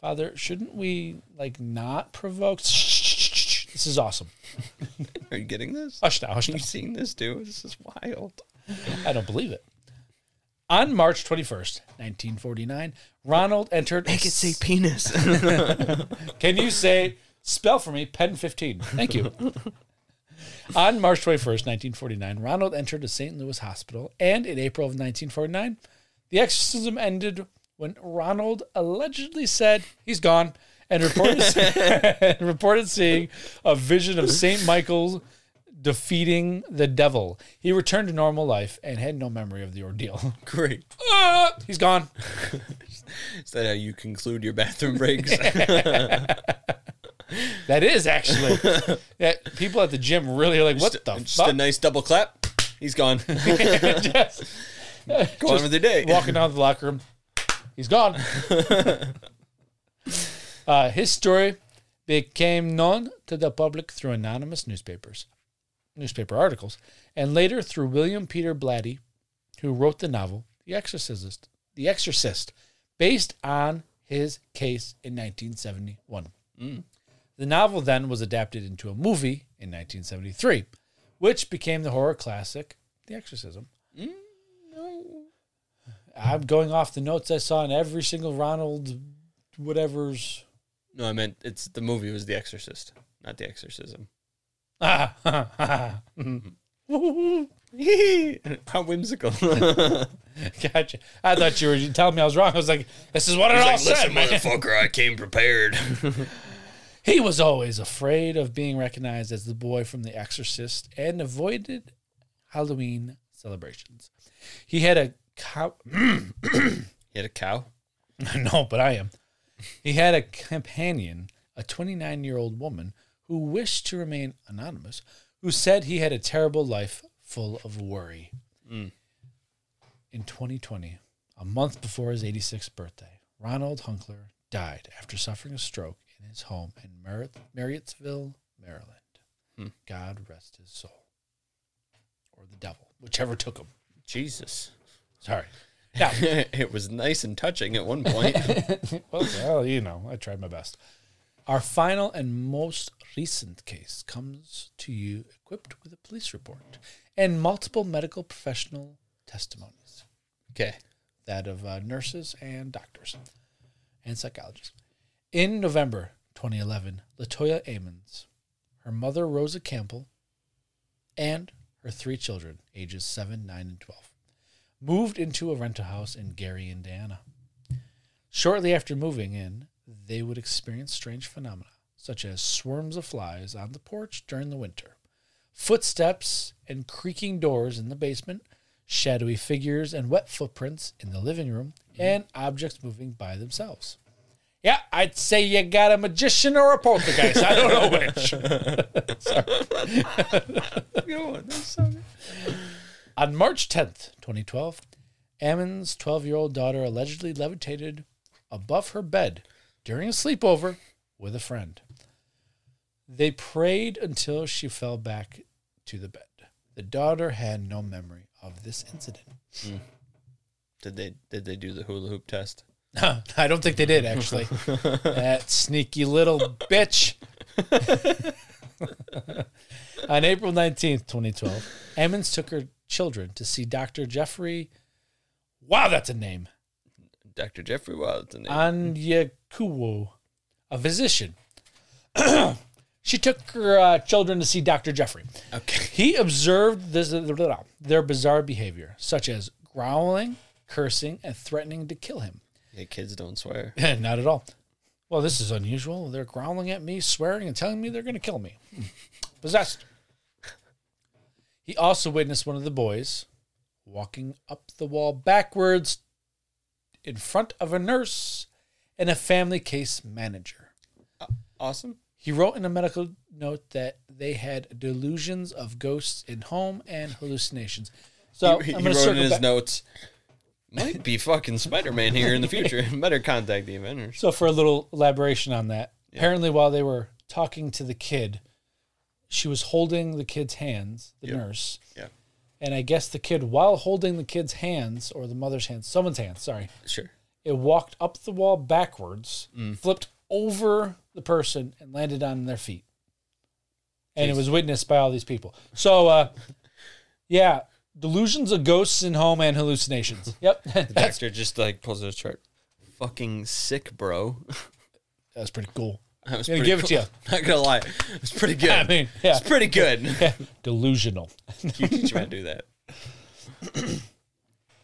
Father, shouldn't we like not provoke? This is awesome. Are you getting this? Hush now, hush now. You seeing this, dude? This is wild. I don't believe it. On March 21st, 1949, Ronald entered. I could say penis. Can you say, spell for me, pen 15? Thank you. On March 21st, 1949, Ronald entered a St. Louis hospital, and in April of 1949, the exorcism ended when Ronald allegedly said, he's gone, and reported, and reported seeing a vision of St. Michael's defeating the devil. He returned to normal life and had no memory of the ordeal. Great. Ah, he's gone. Is that how you conclude your bathroom breaks? That is actually. that people at the gym really are like, what the just fuck? a nice double clap. He's gone. Just Go on with your day. walking out of the locker room. He's gone. uh, his story became known to the public through anonymous newspapers, newspaper articles, and later through William Peter Blatty, who wrote the novel The Exorcist, The Exorcist, based on his case in 1971. The novel then was adapted into a movie in 1973, which became the horror classic The Exorcism. I'm going off the notes I saw in every single Ronald whatever's No, I meant it's the movie was The Exorcist, not The Exorcism. How whimsical. Gotcha. I thought you were telling me I was wrong. I was like, this is what it all said. man." motherfucker, I came prepared. He was always afraid of being recognized as the boy from The Exorcist and avoided Halloween celebrations. He had a co- He had a cow. no, but I am. He had a companion, a 29 year old woman who wished to remain anonymous, who said he had a terrible life full of worry. In 2020, a month before his 86th birthday, Ronald Hunkler died after suffering a stroke in his home in Mar- Marriottsville, Maryland. God rest his soul. Or the devil, whichever took him. Jesus. Sorry. Now, it was nice and touching at one point. well, well, you know, I tried my best. Our final and most recent case comes to you equipped with a police report and multiple medical professional testimonies, okay. that of uh, nurses and doctors and psychologists. In November 2011, Latoya Amons, her mother Rosa Campbell, and her three children, ages 7, 9, and 12, moved into a rental house in Gary, Indiana. Shortly after moving in, they would experience strange phenomena, such as swarms of flies on the porch during the winter, footsteps and creaking doors in the basement, shadowy figures and wet footprints in the living room, and objects moving by themselves. Yeah, I'd say you got a magician or a poltergeist. I don't know which. On March 10th, 2012, Ammon's 12 year old daughter allegedly levitated above her bed during a sleepover with a friend. They prayed until she fell back to the bed. The daughter had no memory of this incident. Did they did they do the hula hoop test? No, I don't think they did, actually. that sneaky little bitch. On April 19th, 2012, Emmons took her children to see Dr. Jeffrey. Wow, that's a name. Dr. Jeffrey Wilde's the Uh, name. Anyekuwo, a physician. she took her uh, children to see Dr. Jeffrey. okay. He observed this, their bizarre behavior, such as growling, cursing, and threatening to kill him. Yeah, kids don't swear. Not at all. Well, this is unusual. They're growling at me, swearing, and telling me they're going to kill me. Hmm. Possessed. He also witnessed one of the boys walking up the wall backwards in front of a nurse and a family case manager. Uh, Awesome. He wrote in a medical note that they had delusions of ghosts in home and hallucinations. So he he I'm wrote going to in circle his back. notes, might be fucking Spider Man here in the future. Better contact the Avengers. So for a little elaboration on that, apparently while they were talking to the kid, she was holding the kid's hands, the nurse, Yeah, and I guess the kid, while holding the kid's hands or the mother's hands, someone's hands, sorry, sure. it walked up the wall backwards, flipped over the person, and landed on their feet. And it was witnessed by all these people. So, uh, yeah, delusions of ghosts in home and hallucinations. Yep, that's Doctor just like pulls out a chart. Fucking sick, bro. that's pretty cool. I was I'm gonna pretty give it cool. to you. Not gonna lie, it's pretty good. I mean, yeah. it's pretty good. Delusional. you teach him how to do that.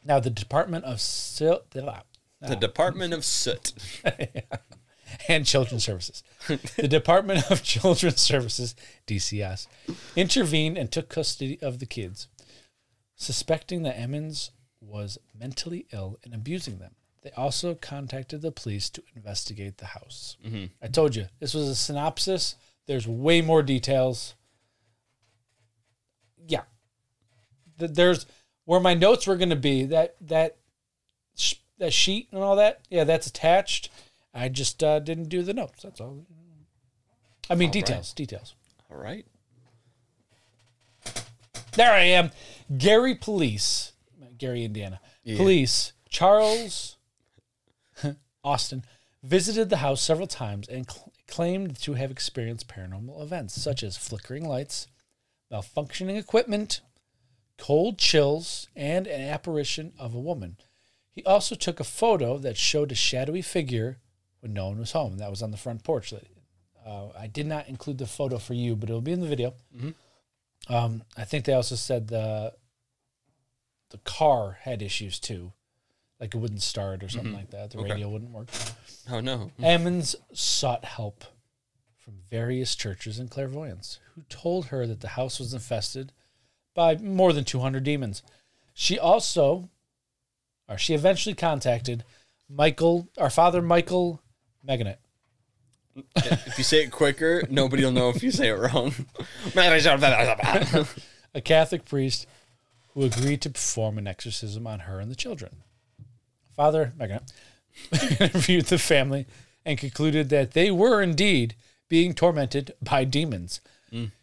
Now, the Department of Sil- The Department of Soot. and Children's Services, the Department of Children's Services (DCS) intervened and took custody of the kids, suspecting that Emmons was mentally ill and abusing them. They also contacted the police to investigate the house. I told you this was a synopsis. There's way more details. Yeah, Th- there's where my notes were going to be. That that sh- that sheet and all that. Yeah, that's attached. I just uh, didn't do the notes. That's all. I mean, details, details. All right. There I am. Gary Police, Gary, Indiana. Police, Charles Austin, visited the house several times and cl- claimed to have experienced paranormal events such as flickering lights, malfunctioning equipment, cold chills, and an apparition of a woman. He also took a photo that showed a shadowy figure when no one was home. That was on the front porch. Uh, I did not include the photo for you, but it'll be in the video. Um, I think they also said the the car had issues too, like it wouldn't start or something like that. The radio wouldn't work. Oh no. Emmons sought help from various churches and clairvoyants who told her that the house was infested by more than 200 demons. She also, or she eventually contacted Michael, our father Michael Meganet. If you say it quicker, nobody will know if you say it wrong. That's a Catholic priest who agreed to perform an exorcism on her and the children. Father Megan interviewed the family and concluded that they were indeed being tormented by demons.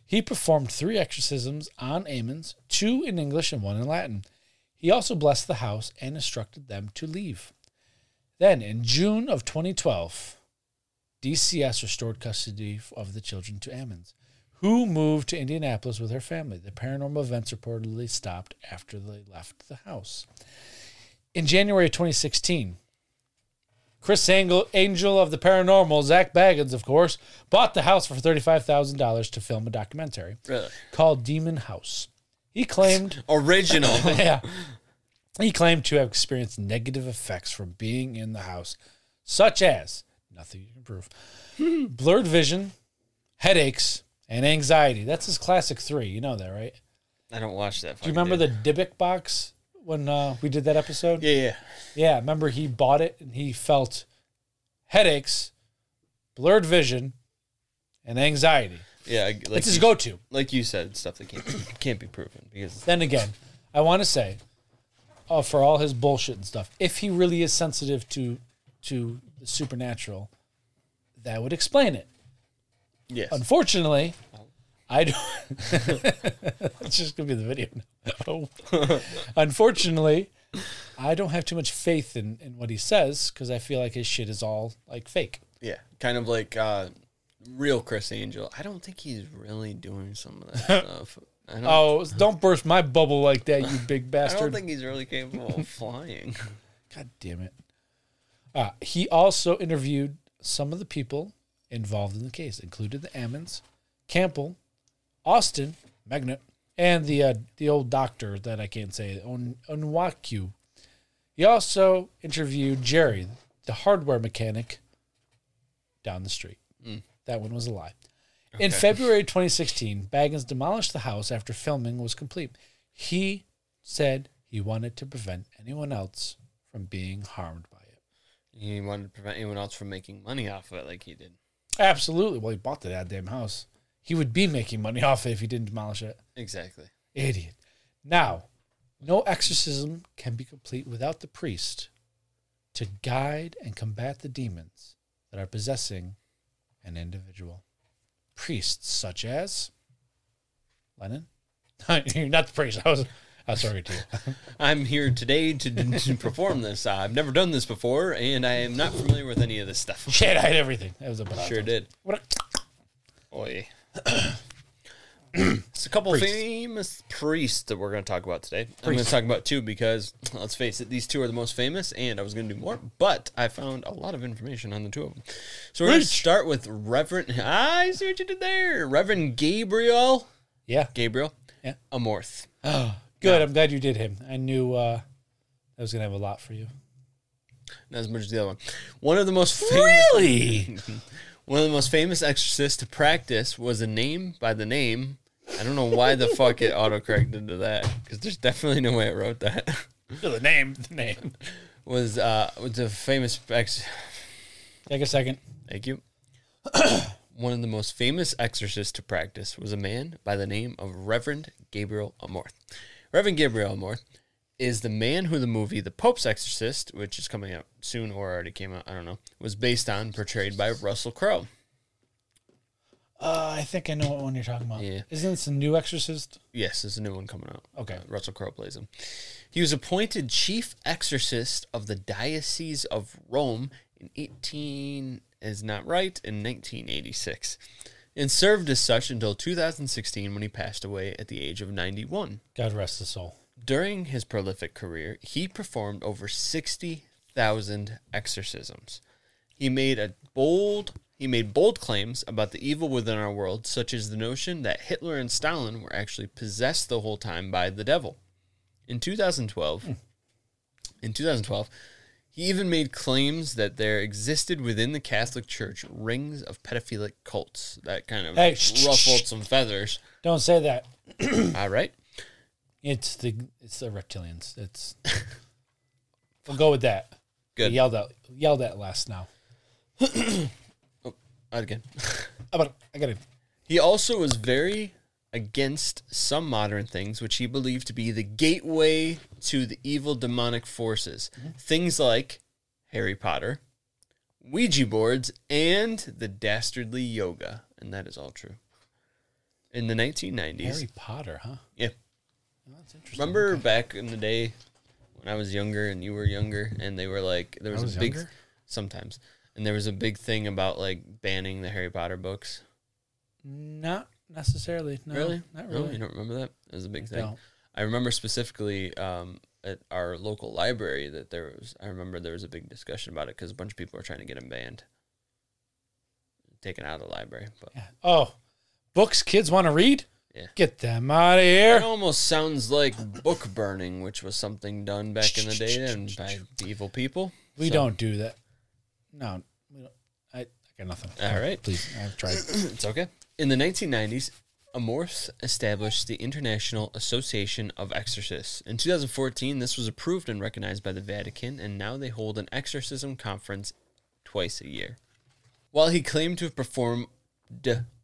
He performed three exorcisms on Amens, two in English and one in Latin. He also blessed the house and instructed them to leave. Then, in June of 2012, DCS restored custody of the children to Ammons, who moved to Indianapolis with her family. The paranormal events reportedly stopped after they left the house. In January of 2016, Chris Angel, Angel of the Paranormal, Zach Baggins, of course, bought the house for $35,000 to film a documentary called Demon House. He claimed Original. yeah. He claimed to have experienced negative effects from being in the house, such as nothing you can prove, blurred vision, headaches, and anxiety. That's his classic three. You know that, right? I don't watch that. Do you remember the Dybbuk box? when uh, we did that episode? Yeah, yeah. Yeah, remember he bought it and he felt headaches, blurred vision, and anxiety. Yeah, like, It's his you- go to. like you said, stuff that can't can't be proven because Then again, I want to say, uh, for all his bullshit and stuff, if he really is sensitive to to the supernatural, that would explain it. yes, Unfortunately, I don't. it's just gonna be the video. now. Oh. Unfortunately, I don't have too much faith in in what he says because I feel like his shit is all like fake. yeah, kind of like uh, real Chris Angel. I don't think he's really doing some of that stuff. I don't, Oh, don't burst my bubble like that, you big I don't bastard! think he's really capable of flying. God damn it! Uh, he also interviewed some of the people involved in the case, including the Ammons, Campbell, Austin, Magnet, and the uh, the old doctor that I can't say, On Onwaku. He also interviewed Jerry, the hardware mechanic down the street. That one was a lie. In February 2016, Baggins demolished the house after filming was complete. He said he wanted to prevent anyone else from being harmed by it. He wanted to prevent anyone else from making money off of it, like he did. Absolutely. Well, he bought the goddamn house. He would be making money off it if he didn't demolish it. Exactly. Idiot. Now, no exorcism can be complete without the priest to guide and combat the demons that are possessing an individual. Priests such as Lennon. You're not the priest. I was I was talking to you. I'm here today to, to perform this. I've never done this before, and I am not familiar with any of this stuff. Shit, I had everything. That was a bad Sure did. What Oi. it's a couple Priest. famous priests that we're going to talk about today. I'm going to talk about two because, let's face it, these two are the most famous, and I was going to do more, but I found a lot of information on the two of them. So we're going to Preach. start with Reverend. Ah, I see what you did there. Reverend Gabriel. yeah. Gabriel. Yeah. Amorth. Good. I'm glad you did him. I knew uh, I was gonna have a lot for you. Not as much as the other one. One of the most famous. Really? One of the most famous exorcists to practice was a name by the name. I don't know why the fuck it autocorrected to that because there's definitely no way it wrote that. the name. The name. was uh was a famous ex. Take a second. Thank you. One of the most famous exorcists to practice was a man by the name of Reverend Gabriel Amorth. Reverend Gabriel Amorth is the man who the movie The Pope's Exorcist, which is coming out soon or already came out, I don't know, was based on, portrayed by Russell Crowe. Uh, I think I know what one you're talking about. Yeah. Isn't this a new Exorcist? Yes, there's a new one coming out. Okay. Uh, Russell Crowe plays him. He was appointed chief exorcist of the Diocese of Rome in 18 is not right in 1986 and served as such until 2016 when he passed away at the age of 91. God rest his soul. During his prolific career, he performed over 60,000 exorcisms. He made a bold he made bold claims about the evil within our world, such as the notion that Hitler and Stalin were actually possessed the whole time by the devil. In 2012, in 2012, he even made claims that there existed within the Catholic Church rings of pedophilic cults that kind of Hey, shh, shh, ruffled some feathers. Don't say that. All right. It's the it's the reptilians. It's we'll go with that. Good. I yelled at yelled at last now. Oh, out again. How about Oh, I got it. He also was very against some modern things, which he believed to be the gateway to the evil demonic forces. Mm-hmm. Things like Harry Potter, Ouija boards, and the dastardly yoga. And that is all true. In the 1990s. Harry Potter, huh? Yeah. Well, that's interesting. Remember back in the day when I was younger and you were younger, and they were like, there was, was a big, younger? sometimes, and there was a big thing about like banning the Harry Potter books. Not necessarily. No, Really? Not No, really. you don't remember that? That was a big thing. don't. I remember specifically um, at our local library that there was. I remember there was a big discussion about it because a bunch of people were trying to get him banned, taken out of the library. But Yeah. Oh, books kids want to read. Yeah. Get them out of here. it almost sounds like book burning, which was something done back in the day and by evil people. We So- don't do that. No, we don't. I, I got nothing. All right. Please, I've tried. It's okay. In the 1990s, Amorth established the International Association of Exorcists. In 2014, this was approved and recognized by the Vatican, and now they hold an exorcism conference twice a year. While he claimed to have performed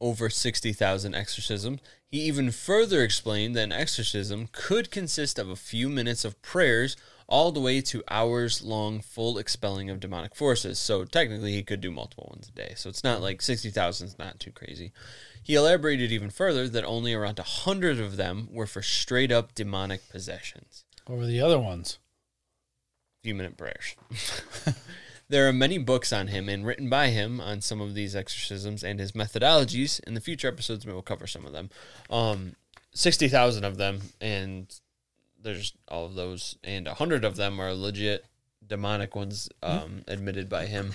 over 60,000 exorcisms, he even further explained that an exorcism could consist of a few minutes of prayers all the way to hours long full expelling of demonic forces. So technically, he could do multiple ones a day. So it's not like 60,000 is not too crazy. He elaborated even further that only around a 100 of them were for straight up demonic possessions. What were the other ones? Few minute prayers. There are many books on him and written by him on some of these exorcisms and his methodologies. In the future episodes, we will cover some of them. Um, 60,000 of them, and there's all of those, and 100 of them are legit demonic ones um, admitted by him.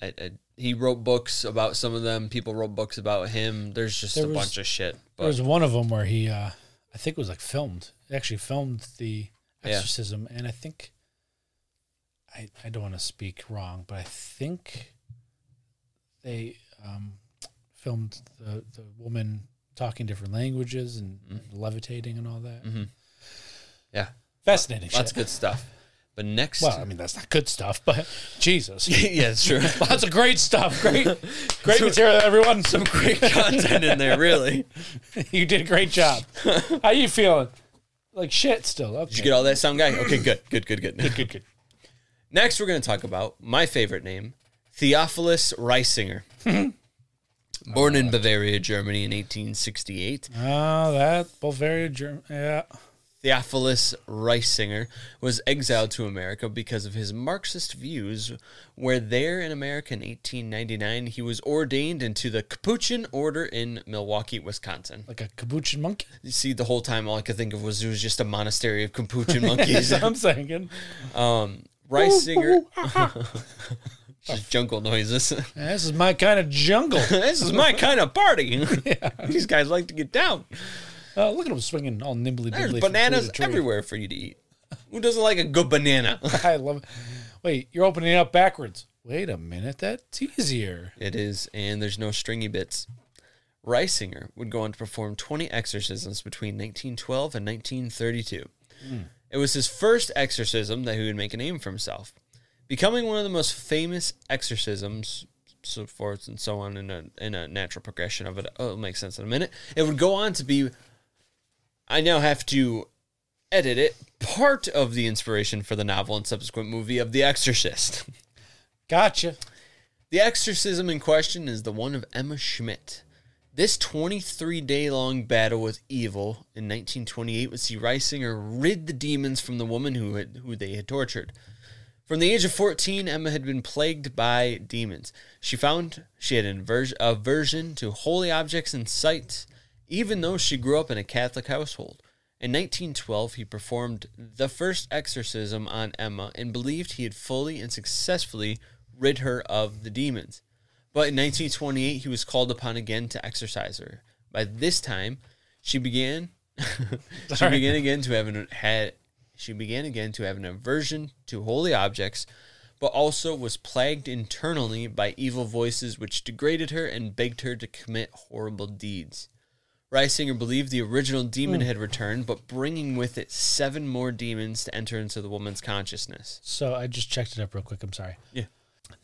I, I, he wrote books about some of them. People wrote books about him. There's just There a was- bunch of shit. There But was one of them where he, uh, I think it was like filmed. He actually filmed the Yeah. exorcism, and I think, I I don't want to speak wrong, but I think they um, filmed the the woman talking different languages and, Mm-hmm. and levitating and all that. yeah, Fascinating. Mm-hmm. lots of shit. good stuff. But next, Well, I mean that's not good stuff, but Jesus, yeah, it's true. lots of great stuff. Great, great material, everyone. Some great content in there, really. you did a great job. How you feeling? Like shit still. Okay. Did you get all that sound guy? Okay, good, good, good, good. good, good. Next, we're going to talk about my favorite name, Theophilus Reisinger. Born in Bavaria, Germany in 1868, Oh, that Bulgaria, German. Yeah. Theophilus Reisinger was exiled to America because of his Marxist views. Where there in America in 1899, he was ordained into the Capuchin Order in Milwaukee, Wisconsin. Like a capuchin monkey. You see, the whole time, all I could think of was it was just a monastery of Capuchin That's monkeys. what I'm saying. Reisinger, just jungle noises. this is my kind of jungle. this is my kind of party. These guys like to get down. Oh, look at him swinging all nimbly. There's bimbly from tree bananas to tree. everywhere for you to eat. Who doesn't like a good banana? I love it. Wait, you're opening it up backwards. Wait a minute. That's easier. it is, and there's no stringy bits. Reisinger would go on to perform 20 exorcisms between 1912 and 1932. It was his first exorcism that he would make a name for himself, becoming one of the most famous exorcisms, so forth and so on, in a, in a natural progression of it. Oh, it'll make sense in a minute. It would go on to be, I now have to edit it, part of the inspiration for the novel and subsequent movie of The Exorcist. Gotcha. The exorcism in question is the one of Emma Schmidt. This 23 day long battle with evil in 1928 would see Reisinger rid the demons from the woman who, had, who they had tortured. From the age of 14, Emma had been plagued by demons. She found she had an aver- aversion to holy objects and sights, even though she grew up in a Catholic household. In 1912, he performed the first exorcism on Emma and believed he had fully and successfully rid her of the demons. But in 1928, he was called upon again to exorcise her. By this time, she began she Sorry. began again to have an had she began again to have an aversion to holy objects, but also was plagued internally by evil voices which degraded her and begged her to commit horrible deeds. Reisinger believed the original demon had returned, but bringing with it seven more demons to enter into the woman's consciousness. So I just checked it up real quick. I'm sorry. Yeah.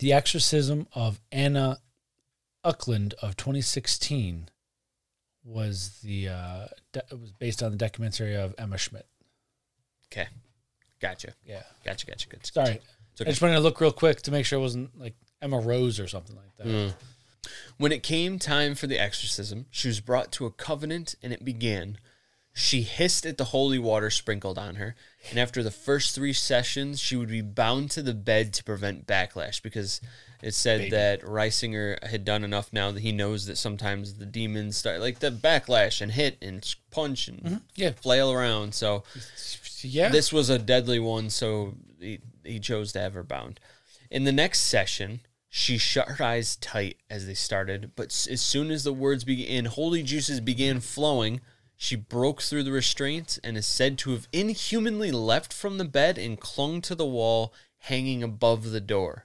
The exorcism of Anna Uckland of 2016 was the uh, de- it was based on the documentary of Emma Schmidt. Okay, gotcha, Yeah. gotcha, gotcha, gotcha. Sorry. It's okay. I just wanted to look real quick to make sure it wasn't like Emma Rose or something like that. Hmm. When it came time for the exorcism, she was brought to a covenant and it began. She hissed at the holy water sprinkled on her, and after the first three sessions, she would be bound to the bed to prevent backlash because it said that Reisinger had done enough now that he knows that sometimes the demons start like the backlash and hit and s- punch and Yeah. flail around. So Yeah. this was a deadly one, so he, he chose to have her bound. In the next session, she shut her eyes tight as they started, but s- as soon as the words began, holy juices began flowing. She broke through the restraints and is said to have inhumanly leapt from the bed and clung to the wall hanging above the door.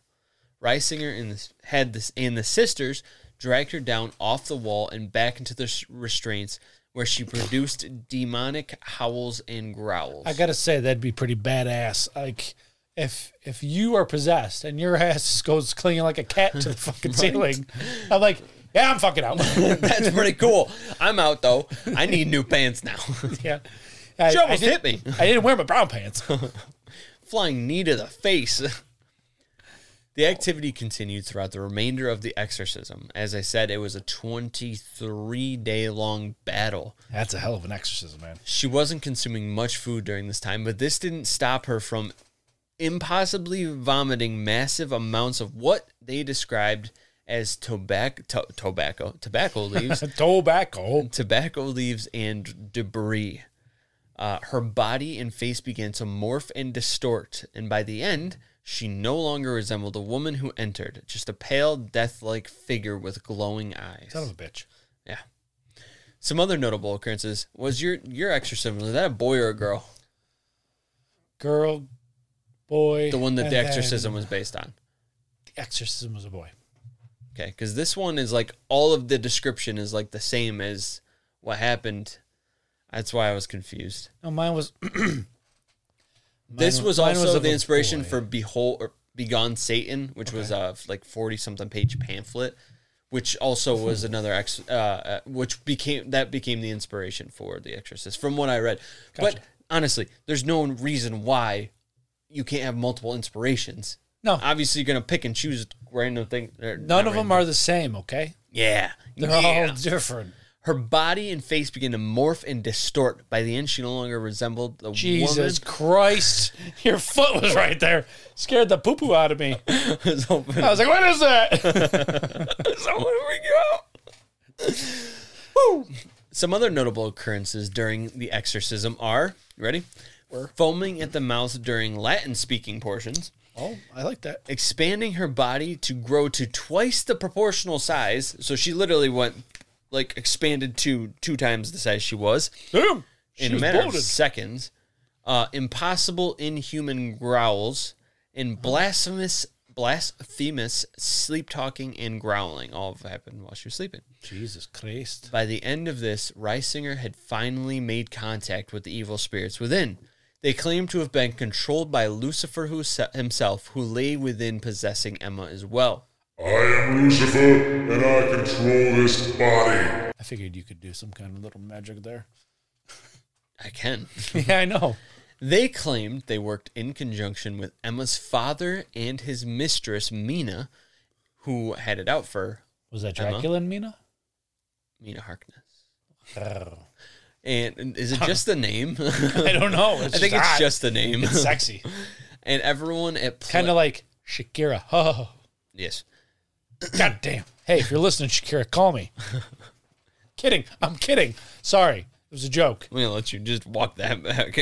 Reisinger and the, had this, and the sisters dragged her down off the wall and back into the s- restraints, where she produced demonic howls and growls. I gotta say that'd be pretty badass. Like if if you are possessed and your ass goes clinging like a cat to the fucking ceiling, I'm like, yeah, I'm fucking out. That's pretty cool. I'm out though. I need new pants now. yeah, I, She almost I hit did- me. I didn't wear my brown pants. Flying knee to the face. The activity continued throughout the remainder of the exorcism. As I said, it was a 23 day long battle. That's a hell of an exorcism, man. She wasn't consuming much food during this time, but this didn't stop her from impossibly vomiting massive amounts of what they described as tobacco, to- tobacco, tobacco leaves, Tobacco. tobacco leaves, and debris. Uh, her body and face began to morph and distort, and by the end, she no longer resembled a woman who entered, just a pale, death-like figure with glowing eyes. Son of a bitch. Yeah. Some other notable occurrences was your your exorcism. Was that a boy or a girl? Girl, boy. The one that and the then exorcism was based on. The exorcism was a boy. Okay, because this one is like all of the description is like the same as what happened. That's why I was confused. No, mine was. this wa- was mine was also of the a inspiration boy. for Behold or Begone Satan, which was a like forty something page pamphlet, which also was another ex, uh, uh, which became that became the inspiration for The Exorcist, from what I read. But honestly, there's no reason why you can't have multiple inspirations. No. Obviously, you're gonna pick and choose random things. None of them are the same, okay? Yeah, They're yeah. all different. Her body and face began to morph and distort. By the end, she no longer resembled the woman. Jesus Christ. Your foot was right there. Scared the poo poo out of me. It was open. I was like, what is that? Someone freak you out. Woo. Some other notable occurrences during the exorcism are you ready? Foaming at the mouth during Latin speaking portions, oh, I like that. expanding her body to grow to twice the proportional size. So she literally went like expanded to two times the size she was Damn. She in a was matter bloated. of seconds. Uh, impossible inhuman growls and blasphemous, blasphemous sleep talking and growling all happened while she was sleeping. Jesus Christ. By the end of this, Reisinger had finally made contact with the evil spirits within. They claimed to have been controlled by Lucifer who- himself, who lay within possessing Emma as well. I am Lucifer, and I control this body. I figured you could do some kind of little magic there. I can. yeah, I know. They claimed they worked in conjunction with Emma's father and his mistress, Mina, who had it out for Was that Dracula and Mina? Mina Harkness. Oh. And and is it just the name? I I don't know. It's think it's hot. just the name. It's sexy. And everyone at play- kind of like Shakira. Oh, yes. God damn. Hey, if you're listening, Shakira, call me. kidding. I'm kidding. Sorry. It was a joke. I'm gonna let you just walk that back.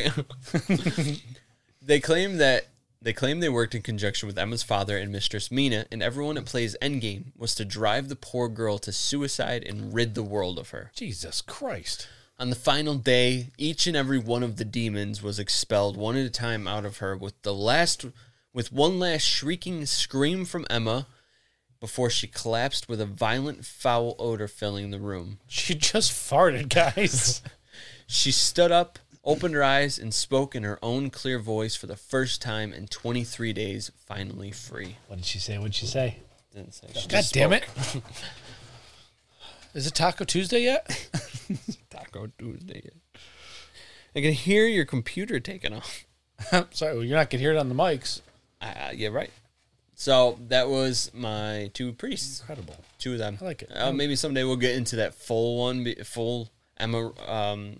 they claim that they claim they worked in conjunction with Emma's father and mistress Mina, and everyone at Play's endgame was to drive the poor girl to suicide and rid the world of her. Jesus Christ. On the final day, each and every one of the demons was expelled one at a time out of her with the last with one last shrieking scream from Emma before she collapsed with a violent foul odor filling the room. She just farted, guys. She stood up, opened her eyes, and spoke in her own clear voice for the first time in 23 days, finally free. what did she say? What did she say? Didn't say she God just damn spoke. it. Is it Taco Tuesday yet? Taco Tuesday. I can hear your computer taking off. Sorry, well, you're not going to hear it on the mics. Uh, yeah, right. So that was my two priests. Incredible. Two of them. I like it. Oh. Uh, maybe someday we'll get into that full one, be- full Emma um,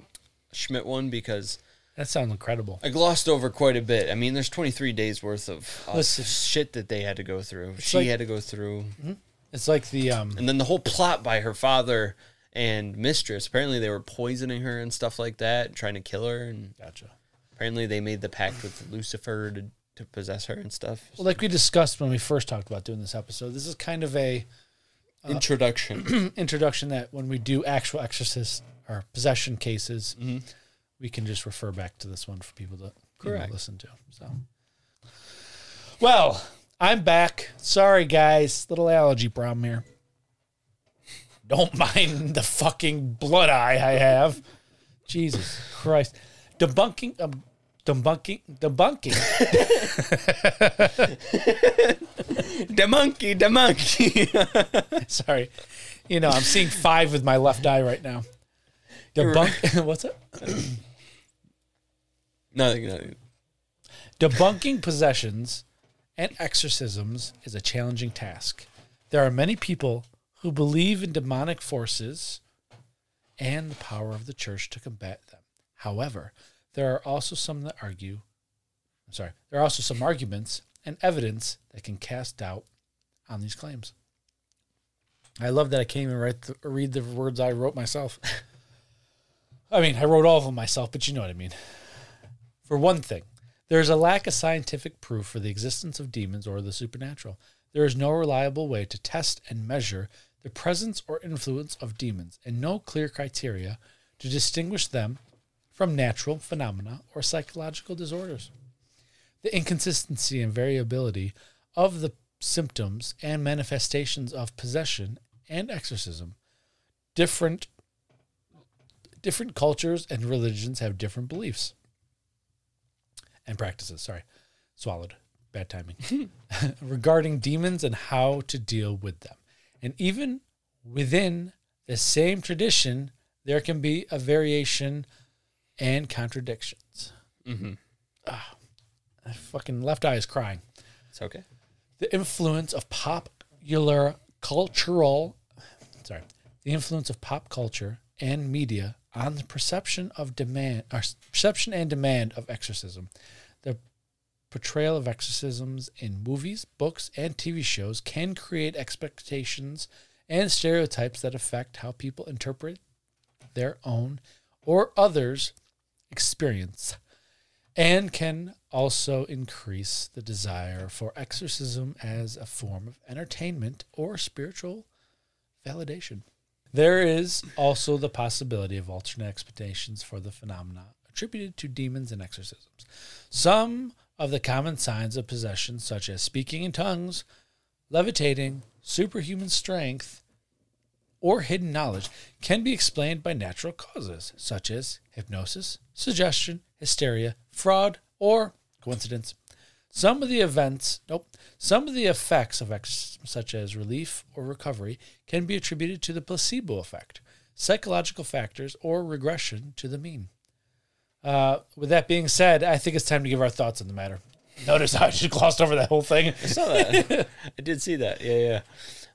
Schmidt one because That sounds incredible. I glossed over quite a bit. I mean, there's 23 days worth of uh, Listen. shit that they had to go through. She like- had to go through, It's like the um, and then the whole plot by her father and mistress. Apparently, they were poisoning her and stuff like that, trying to kill her. And gotcha. apparently, they made the pact with Lucifer to, to possess her and stuff. Well, like we discussed when we first talked about doing this episode, this is kind of a Introduction. introduction that when we do actual exorcist or possession cases, we can just refer back to this one for people to you know, Correct. listen to. So, well, I'm back. Sorry, guys, little allergy problem here. Don't mind the fucking blood eye I have. Jesus Christ. Debunking, um, debunking, debunking. The monkey, the monkey. Sorry. You know, I'm seeing five with my left eye right now. Debunk, what's up? nothing, nothing. Debunking possessions and exorcisms is a challenging task. There are many people who believe in demonic forces and the power of the church to combat them. However, there are also some that argue, I'm sorry, there are also some arguments and evidence that can cast doubt on these claims. I love that I came and write the, read the words I wrote myself. I mean, I wrote all of them myself, but you know what I mean. For one thing, there is a lack of scientific proof for the existence of demons or the supernatural. There is no reliable way to test and measure the presence or influence of demons, and no clear criteria to distinguish them from natural phenomena or psychological disorders. The inconsistency and variability of the symptoms and manifestations of possession and exorcism, different different cultures and religions have different beliefs and practices. Sorry, swallowed. Bad timing. Regarding demons and how to deal with them. And even within the same tradition, there can be a variation and contradictions. Mm-hmm. fucking left eye is crying. It's okay. The influence of popular cultural, sorry, the influence of pop culture and media on the perception of demand, or s- perception and demand of exorcism. The portrayal of exorcisms in movies, books, and TV shows can create expectations and stereotypes that affect how people interpret their own or others' experience and can also increase the desire for exorcism as a form of entertainment or spiritual validation. There is also the possibility of alternate explanations for the phenomena attributed to demons and exorcisms. Some of the common signs of possession, such as speaking in tongues, levitating, superhuman strength, or hidden knowledge, can be explained by natural causes, such as hypnosis, suggestion, hysteria, fraud, or coincidence. Some of the events, nope, some of the effects of ex- such as relief or recovery can be attributed to the placebo effect, psychological factors, or regression to the mean. Uh, with that being said, I think it's time to give our thoughts on the matter. Notice how I just glossed over that whole thing. I saw that. I did see that. Yeah,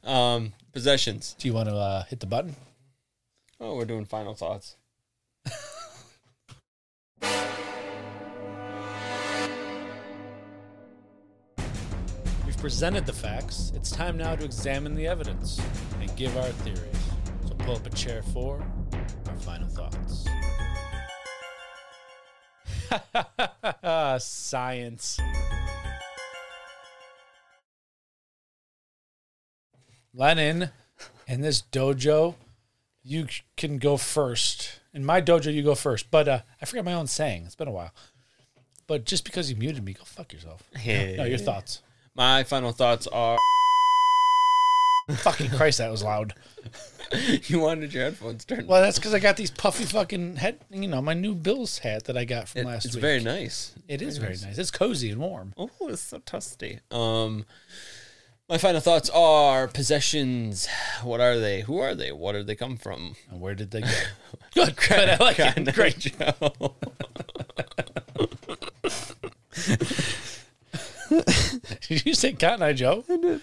yeah. Um, possessions. Do you want to uh, hit the button? Oh, we're doing final thoughts. We've presented the facts. It's time now to examine the evidence and give our theories. So pull up a chair for our final thoughts. Science. Lenin, in this dojo, you c- can go first. In my dojo, you go first. But uh, I forgot my own saying. It's been a while. But just because you muted me, go fuck yourself. No, your thoughts. My final thoughts are: fucking Christ, that was loud. you wanted your headphones turned. Well, that's because I got these puffy fucking head, you know, my new Bills hat that I got from It- last it's week. very nice. it is very nice. It's cozy and warm. Oh, it's so toasty. Um, my final thoughts are possessions. What are they? Who are they? What do they come from? And where did they go? good, good. I like it. Great. Joe. Did you say Cotton Eye Joe? I did.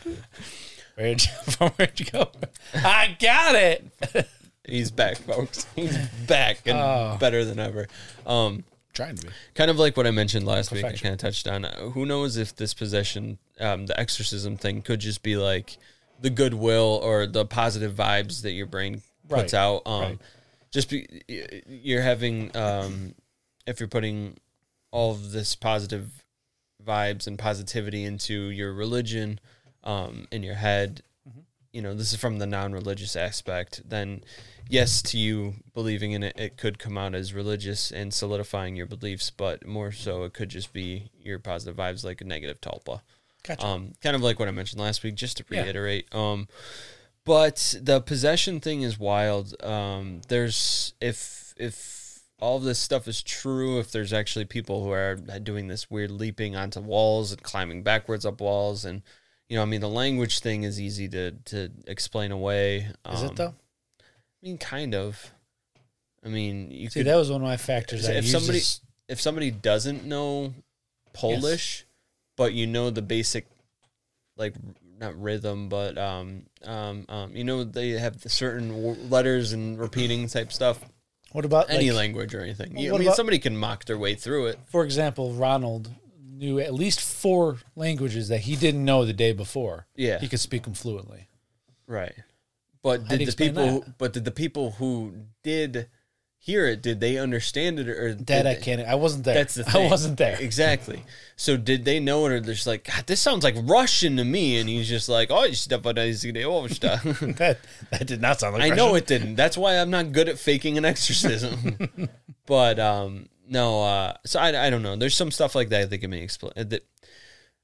Where'd you, from where'd you go? I got it. He's back, folks. He's back and Oh. better than ever. Um, Trying to be. kind of like what I mentioned last week. I Perfection. kind of touched on. uh, Who knows if this possession, um, the exorcism thing, could just be like the goodwill or the positive vibes that your brain puts Right. out. Um, Right. Just be, y- you're having um, if you're putting all of this positive vibes and positivity into your religion, um, in your head. Mm-hmm. You know, this is from the non-religious aspect. Then, yes, to you believing in it, it could come out as religious and solidifying your beliefs, but more so, it could just be your positive vibes, like a negative tulpa. Gotcha. Um, kind of like what I mentioned last week, just to Yeah. reiterate. Um, But the possession thing is wild. Um, there's if if all of this stuff is true, if there's actually people who are doing this weird leaping onto walls and climbing backwards up walls, and you know, I mean, the language thing is easy to to explain away. Um, Is it though? I mean, kind of. I mean, you See, could that was one of my factors. I if used somebody as- if somebody doesn't know Polish, but you know the basic, like not rhythm, but um um um, you know they have the certain w- letters and repeating type stuff. what about Any like, language or anything. You- I what mean, about- somebody can mock their way through it. for example, Ronald knew at least four languages that he didn't know the day before. Yeah. he could speak them fluently. Right. But do did you the explain people? that? Who, but did the people who did hear it? Did they understand it? Or did That I they- can't. I wasn't there. That's the thing. I wasn't there. Exactly. So did they know it or they're just like, God, this sounds like Russian to me? And he's just like, Oh, you stuff on these stuff. that that did not sound like. I know Russian. it didn't. That's why I'm not good at faking an exorcism. but um, no, uh, so I, I don't know. There's some stuff like that that can be explained that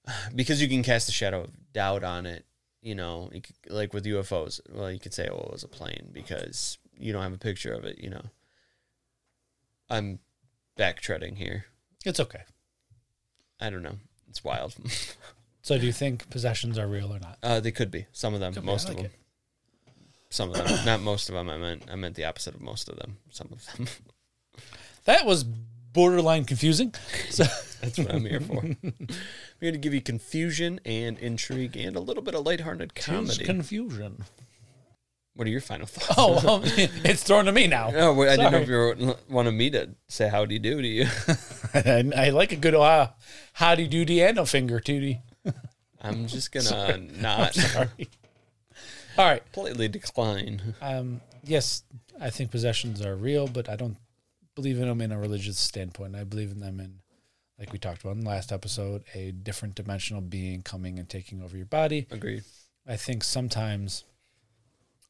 because you can cast a shadow of doubt on it. You know, you could, like with UFOs, well, you could say, "Oh, it was a plane," because you don't have a picture of it. You know, I'm back treading here. It's okay. I don't know. It's wild. So, do you think possessions are real or not? uh, they could be some of them, Could be. I most like of them. it. Some of them, not most of them. I meant I meant the opposite of most of them. Some of them. That was borderline confusing. So, That's what I'm here for. We're going to give you confusion and intrigue and a little bit of lighthearted comedy. confusion. what are your final thoughts? Oh, well, it's thrown to me now. Oh, wait, I didn't know Sorry. if you were, wanted me to say howdy do to you. I, I like a good uh, howdy doody and a finger tooty. I'm just going to not Sorry. All right. politely decline. Um, yes, I think possessions are real, but I don't believe in them in a religious standpoint. I believe in them in, like we talked about in the last episode, a different dimensional being coming and taking over your body. Agreed. I think sometimes,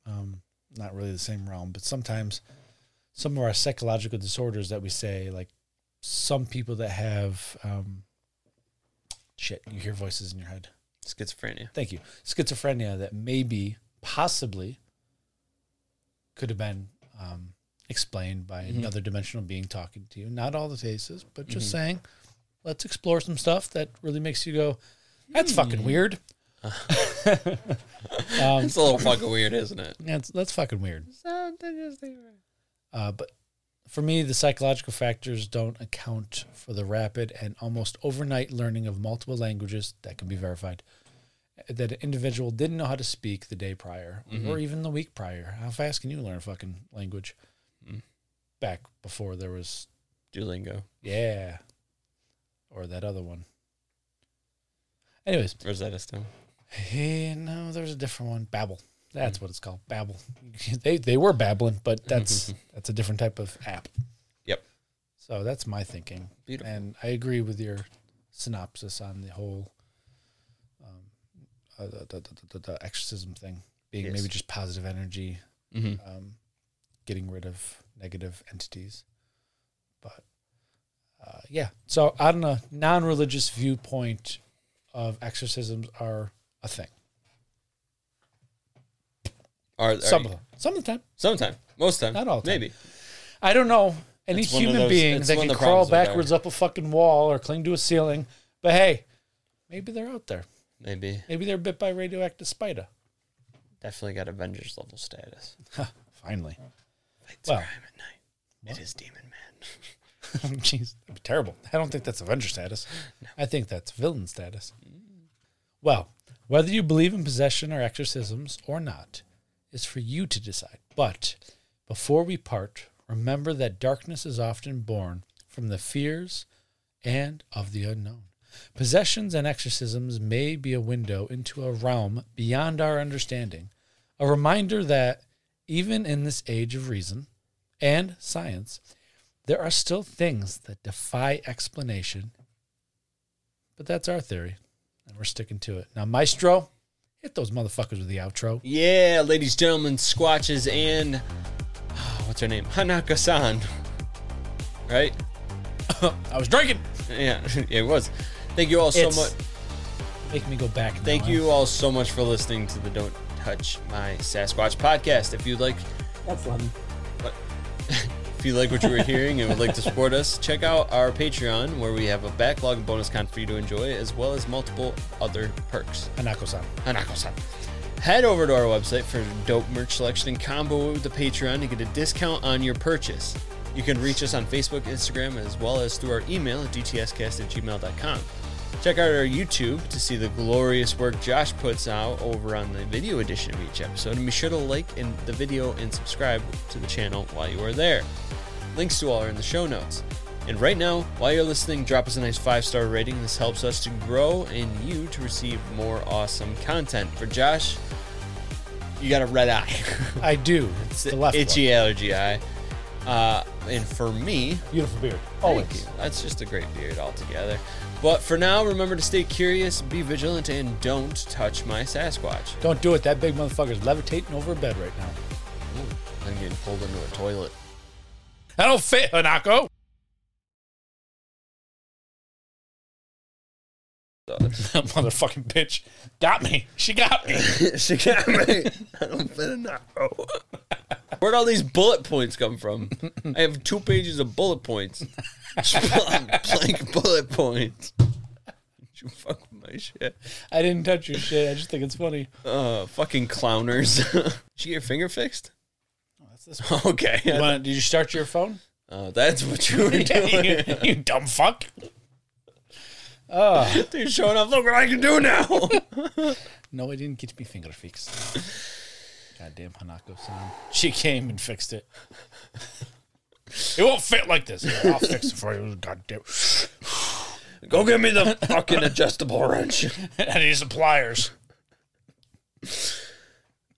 um, not really the same realm, but sometimes some of our psychological disorders that we say, like some people that have, um, shit, you hear voices in your head. Schizophrenia. Thank you. Schizophrenia that maybe, possibly, could have been um, explained by another dimensional being talking to you. Not all the cases, but just saying, let's explore some stuff that really makes you go, that's fucking weird. Um, It's a little fucking weird, isn't it? That's that's fucking weird. Uh, but for me, the psychological factors don't account for the rapid and almost overnight learning of multiple languages that can be verified that an individual didn't know how to speak the day prior or even the week prior. How fast can you learn a fucking language? Back before there was Duolingo. yeah, or that other one. Anyways, Rosetta Stone. Hey, Eh, no, there's a different one. Babel. Hmm. That's what it's called. Babel. they they were babbling, but that's that's a different type of app. Yep. So that's my thinking. Beautiful. And I agree with your synopsis on the whole um, uh, the, the, the, the, the exorcism thing being Yes. maybe just positive energy, hmm um, getting rid of negative entities. But uh, yeah, so on a non-religious viewpoint of exorcisms are a thing. Are, are Some of them. Some of the time. Sometime. Most time. Not all the time. Maybe. I don't know any It's one of human those- being it's that one of can the crawl problems with backwards up a fucking wall or cling to a ceiling. But hey, maybe they're out there. Maybe. Maybe they're bit by a radioactive spider. Definitely got Avengers level status. Finally. It's Well. crime at night. It is Demon Man. Jeez, that'd be terrible. I don't think that's Avenger status. I think that's villain status. Well, whether you believe in possession or exorcisms or not is for you to decide. But before we part, remember that darkness is often born from the fears and of the unknown. Possessions and exorcisms may be a window into a realm beyond our understanding, a reminder that even in this age of reason and science, there are still things that defy explanation, but that's our theory, and we're sticking to it. Now, Maestro, hit those motherfuckers with the outro. Yeah, ladies, gentlemen, Squatches, and oh, what's her name? Hanaka san. Right? I was drinking. Yeah, it was. Thank you all so It's- much. Make me go back. now, Thank huh? you all so much for listening to the Don't Touch My Sasquatch podcast. If you'd like That's lovely. If you like what you were hearing and would like to support us, check out our Patreon where we have a backlog of bonus content for you to enjoy, as well as multiple other perks. Hanako-san. Hanako-san. Head over to our website for dope merch selection and combo with the Patreon to get a discount on your purchase. You can reach us on Facebook, Instagram, as well as through our email at dtscast at gmail.com. Check out our YouTube to see the glorious work Josh puts out over on the video edition of each episode, and be sure to like in the video and subscribe to the channel while you are there. Links to all are in the show notes. And right now, while you're listening, drop us a nice five star rating. This helps us to grow and you to receive more awesome content. For Josh, you got a red eye. I do. It's the left itchy allergy eye. Uh, and for me, one. Beautiful beard. Thank Always. you. That's just a great beard altogether. But for now, remember to stay curious, be vigilant, and don't touch my Sasquatch. Don't do it. That big motherfucker's levitating over a bed right now. I'm getting pulled into a toilet. That don't fit, Hanako. That motherfucking bitch got me. She got me. she got me. I don't fit enough. Where'd all these bullet points come from? I have two pages of bullet points. Blank bullet points. You fuck with my shit. I didn't touch your shit. I just think it's funny. Uh, fucking clowners. Did you get your finger fixed? Oh, That's this Okay. You wanna- did you start your phone? Uh, that's what you were doing. you, you dumb fuck. You're showing off. Look what I can do now. No, I didn't get my finger fixed. Goddamn Hanako-san. She came and fixed it. It won't fit like this. Here, I'll fix it for you. Goddamn. Go get me the fucking adjustable wrench. I need some pliers.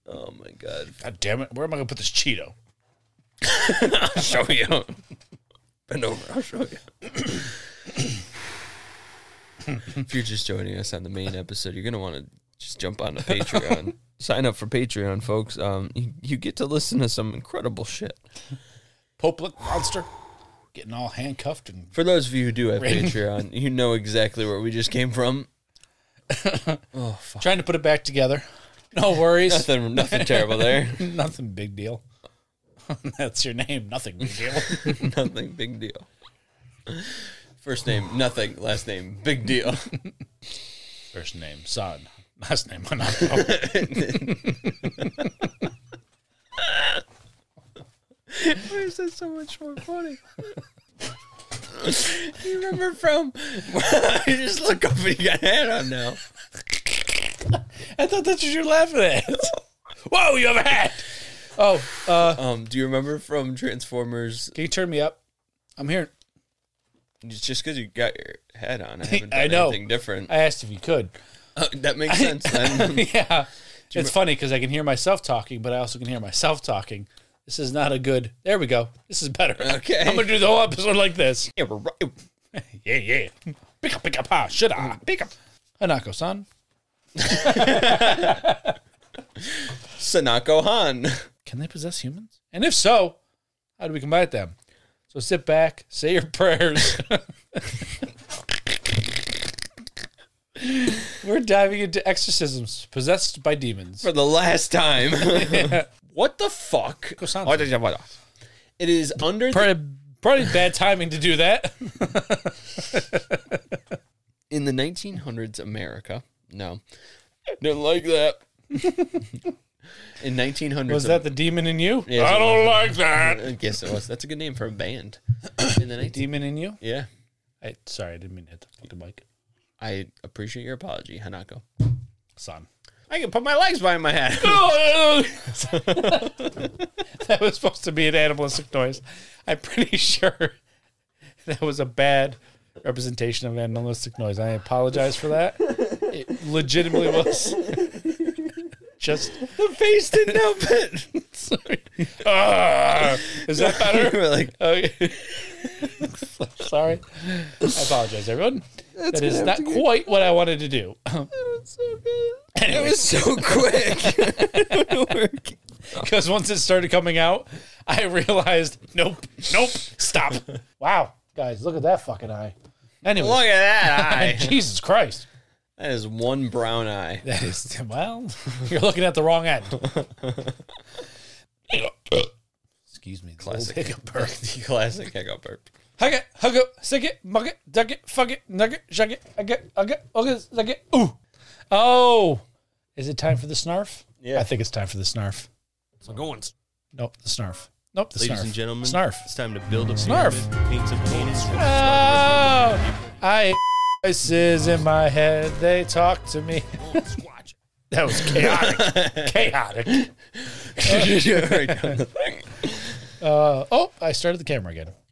Oh my god. God damn it. Where am I going to put this Cheeto? I'll show you. Bend over. I'll show you. if you're just joining us on the main episode, you're gonna want to just jump on to Patreon. Sign up for Patreon, folks. Um, you, you get to listen to some incredible shit. Popelik monster. Getting all handcuffed and For those of you who do have Right. Patreon, you know exactly where we just came from. oh fuck! trying to put it back together. No worries. Nothing, nothing terrible there. Nothing big deal. That's your name. Nothing big deal. nothing big deal. First name, nothing. Last name, big deal. First name, son. Last name, Hanako. Why is that so much more funny? you remember from? you just look up and you got a hat on now. I thought that's what you're laughing at. Whoa, you have a hat. Oh, uh, Um, do you remember from Transformers? can you turn me up? I'm here. It's just because you got your hat on, I haven't done I know. anything different. I asked if you could. Uh, that makes sense. Then. yeah. It's funny because I can hear myself talking, but I also can hear myself talking. This is not a good. There we go. This is better. Okay. I'm going to do the whole episode like this. yeah, we're right. Yeah, yeah. Pick up, pick up, ha. Should I? Mm. Pick up. Hanako san. Sanako Han. Can they possess humans? And if so, how do we combat them? So sit back, say your prayers. We're diving into exorcisms possessed by demons. for the last time. what the fuck? Croissant. It is under the, Probably, probably bad timing to do that. in the 1900s America. No, didn't like that. in 1900s, Was that the demon in you? Yes, it was. like that. I guess it was. That's a good name for a band. In the 19. Demon in you? Yeah, I, sorry, I didn't mean to hit the fucking mic. I appreciate your apology, Hanako. Son. I can put my legs behind my head. that was supposed to be an animalistic noise. I'm pretty sure that was a bad representation of animalistic noise. I apologize for that. It legitimately was. Just the face didn't help it. sorry. Ah, is that better? We're like, Okay. sorry. I apologize, everyone. That's not quite what I wanted to do. it was so quick. Because once it started coming out, I realized, nope, nope, stop. wow, guys, look at that fucking eye. Anyway, Look at that eye. Jesus Christ, That is one brown eye. That is, well, you're looking at the wrong end. Excuse me. the old Classic. hiccup burp. Classic hiccup burp. Hug it, hug it, stick it, mug it, duck it, fuck it, nug it, shug it, hug it, hug it, hug it, suck it, ooh. Oh, is it time for the snarf? Yeah. I think it's time for the snarf. So going. Nope, the snarf. Nope, the Ladies snarf. and gentlemen, Snarf. It's time to build a Snarf. pyramid, paint some penis. and Oh, I voices in my head. They talk to me. that was chaotic. chaotic. start- Right down the thing. Uh, oh, I started the camera again.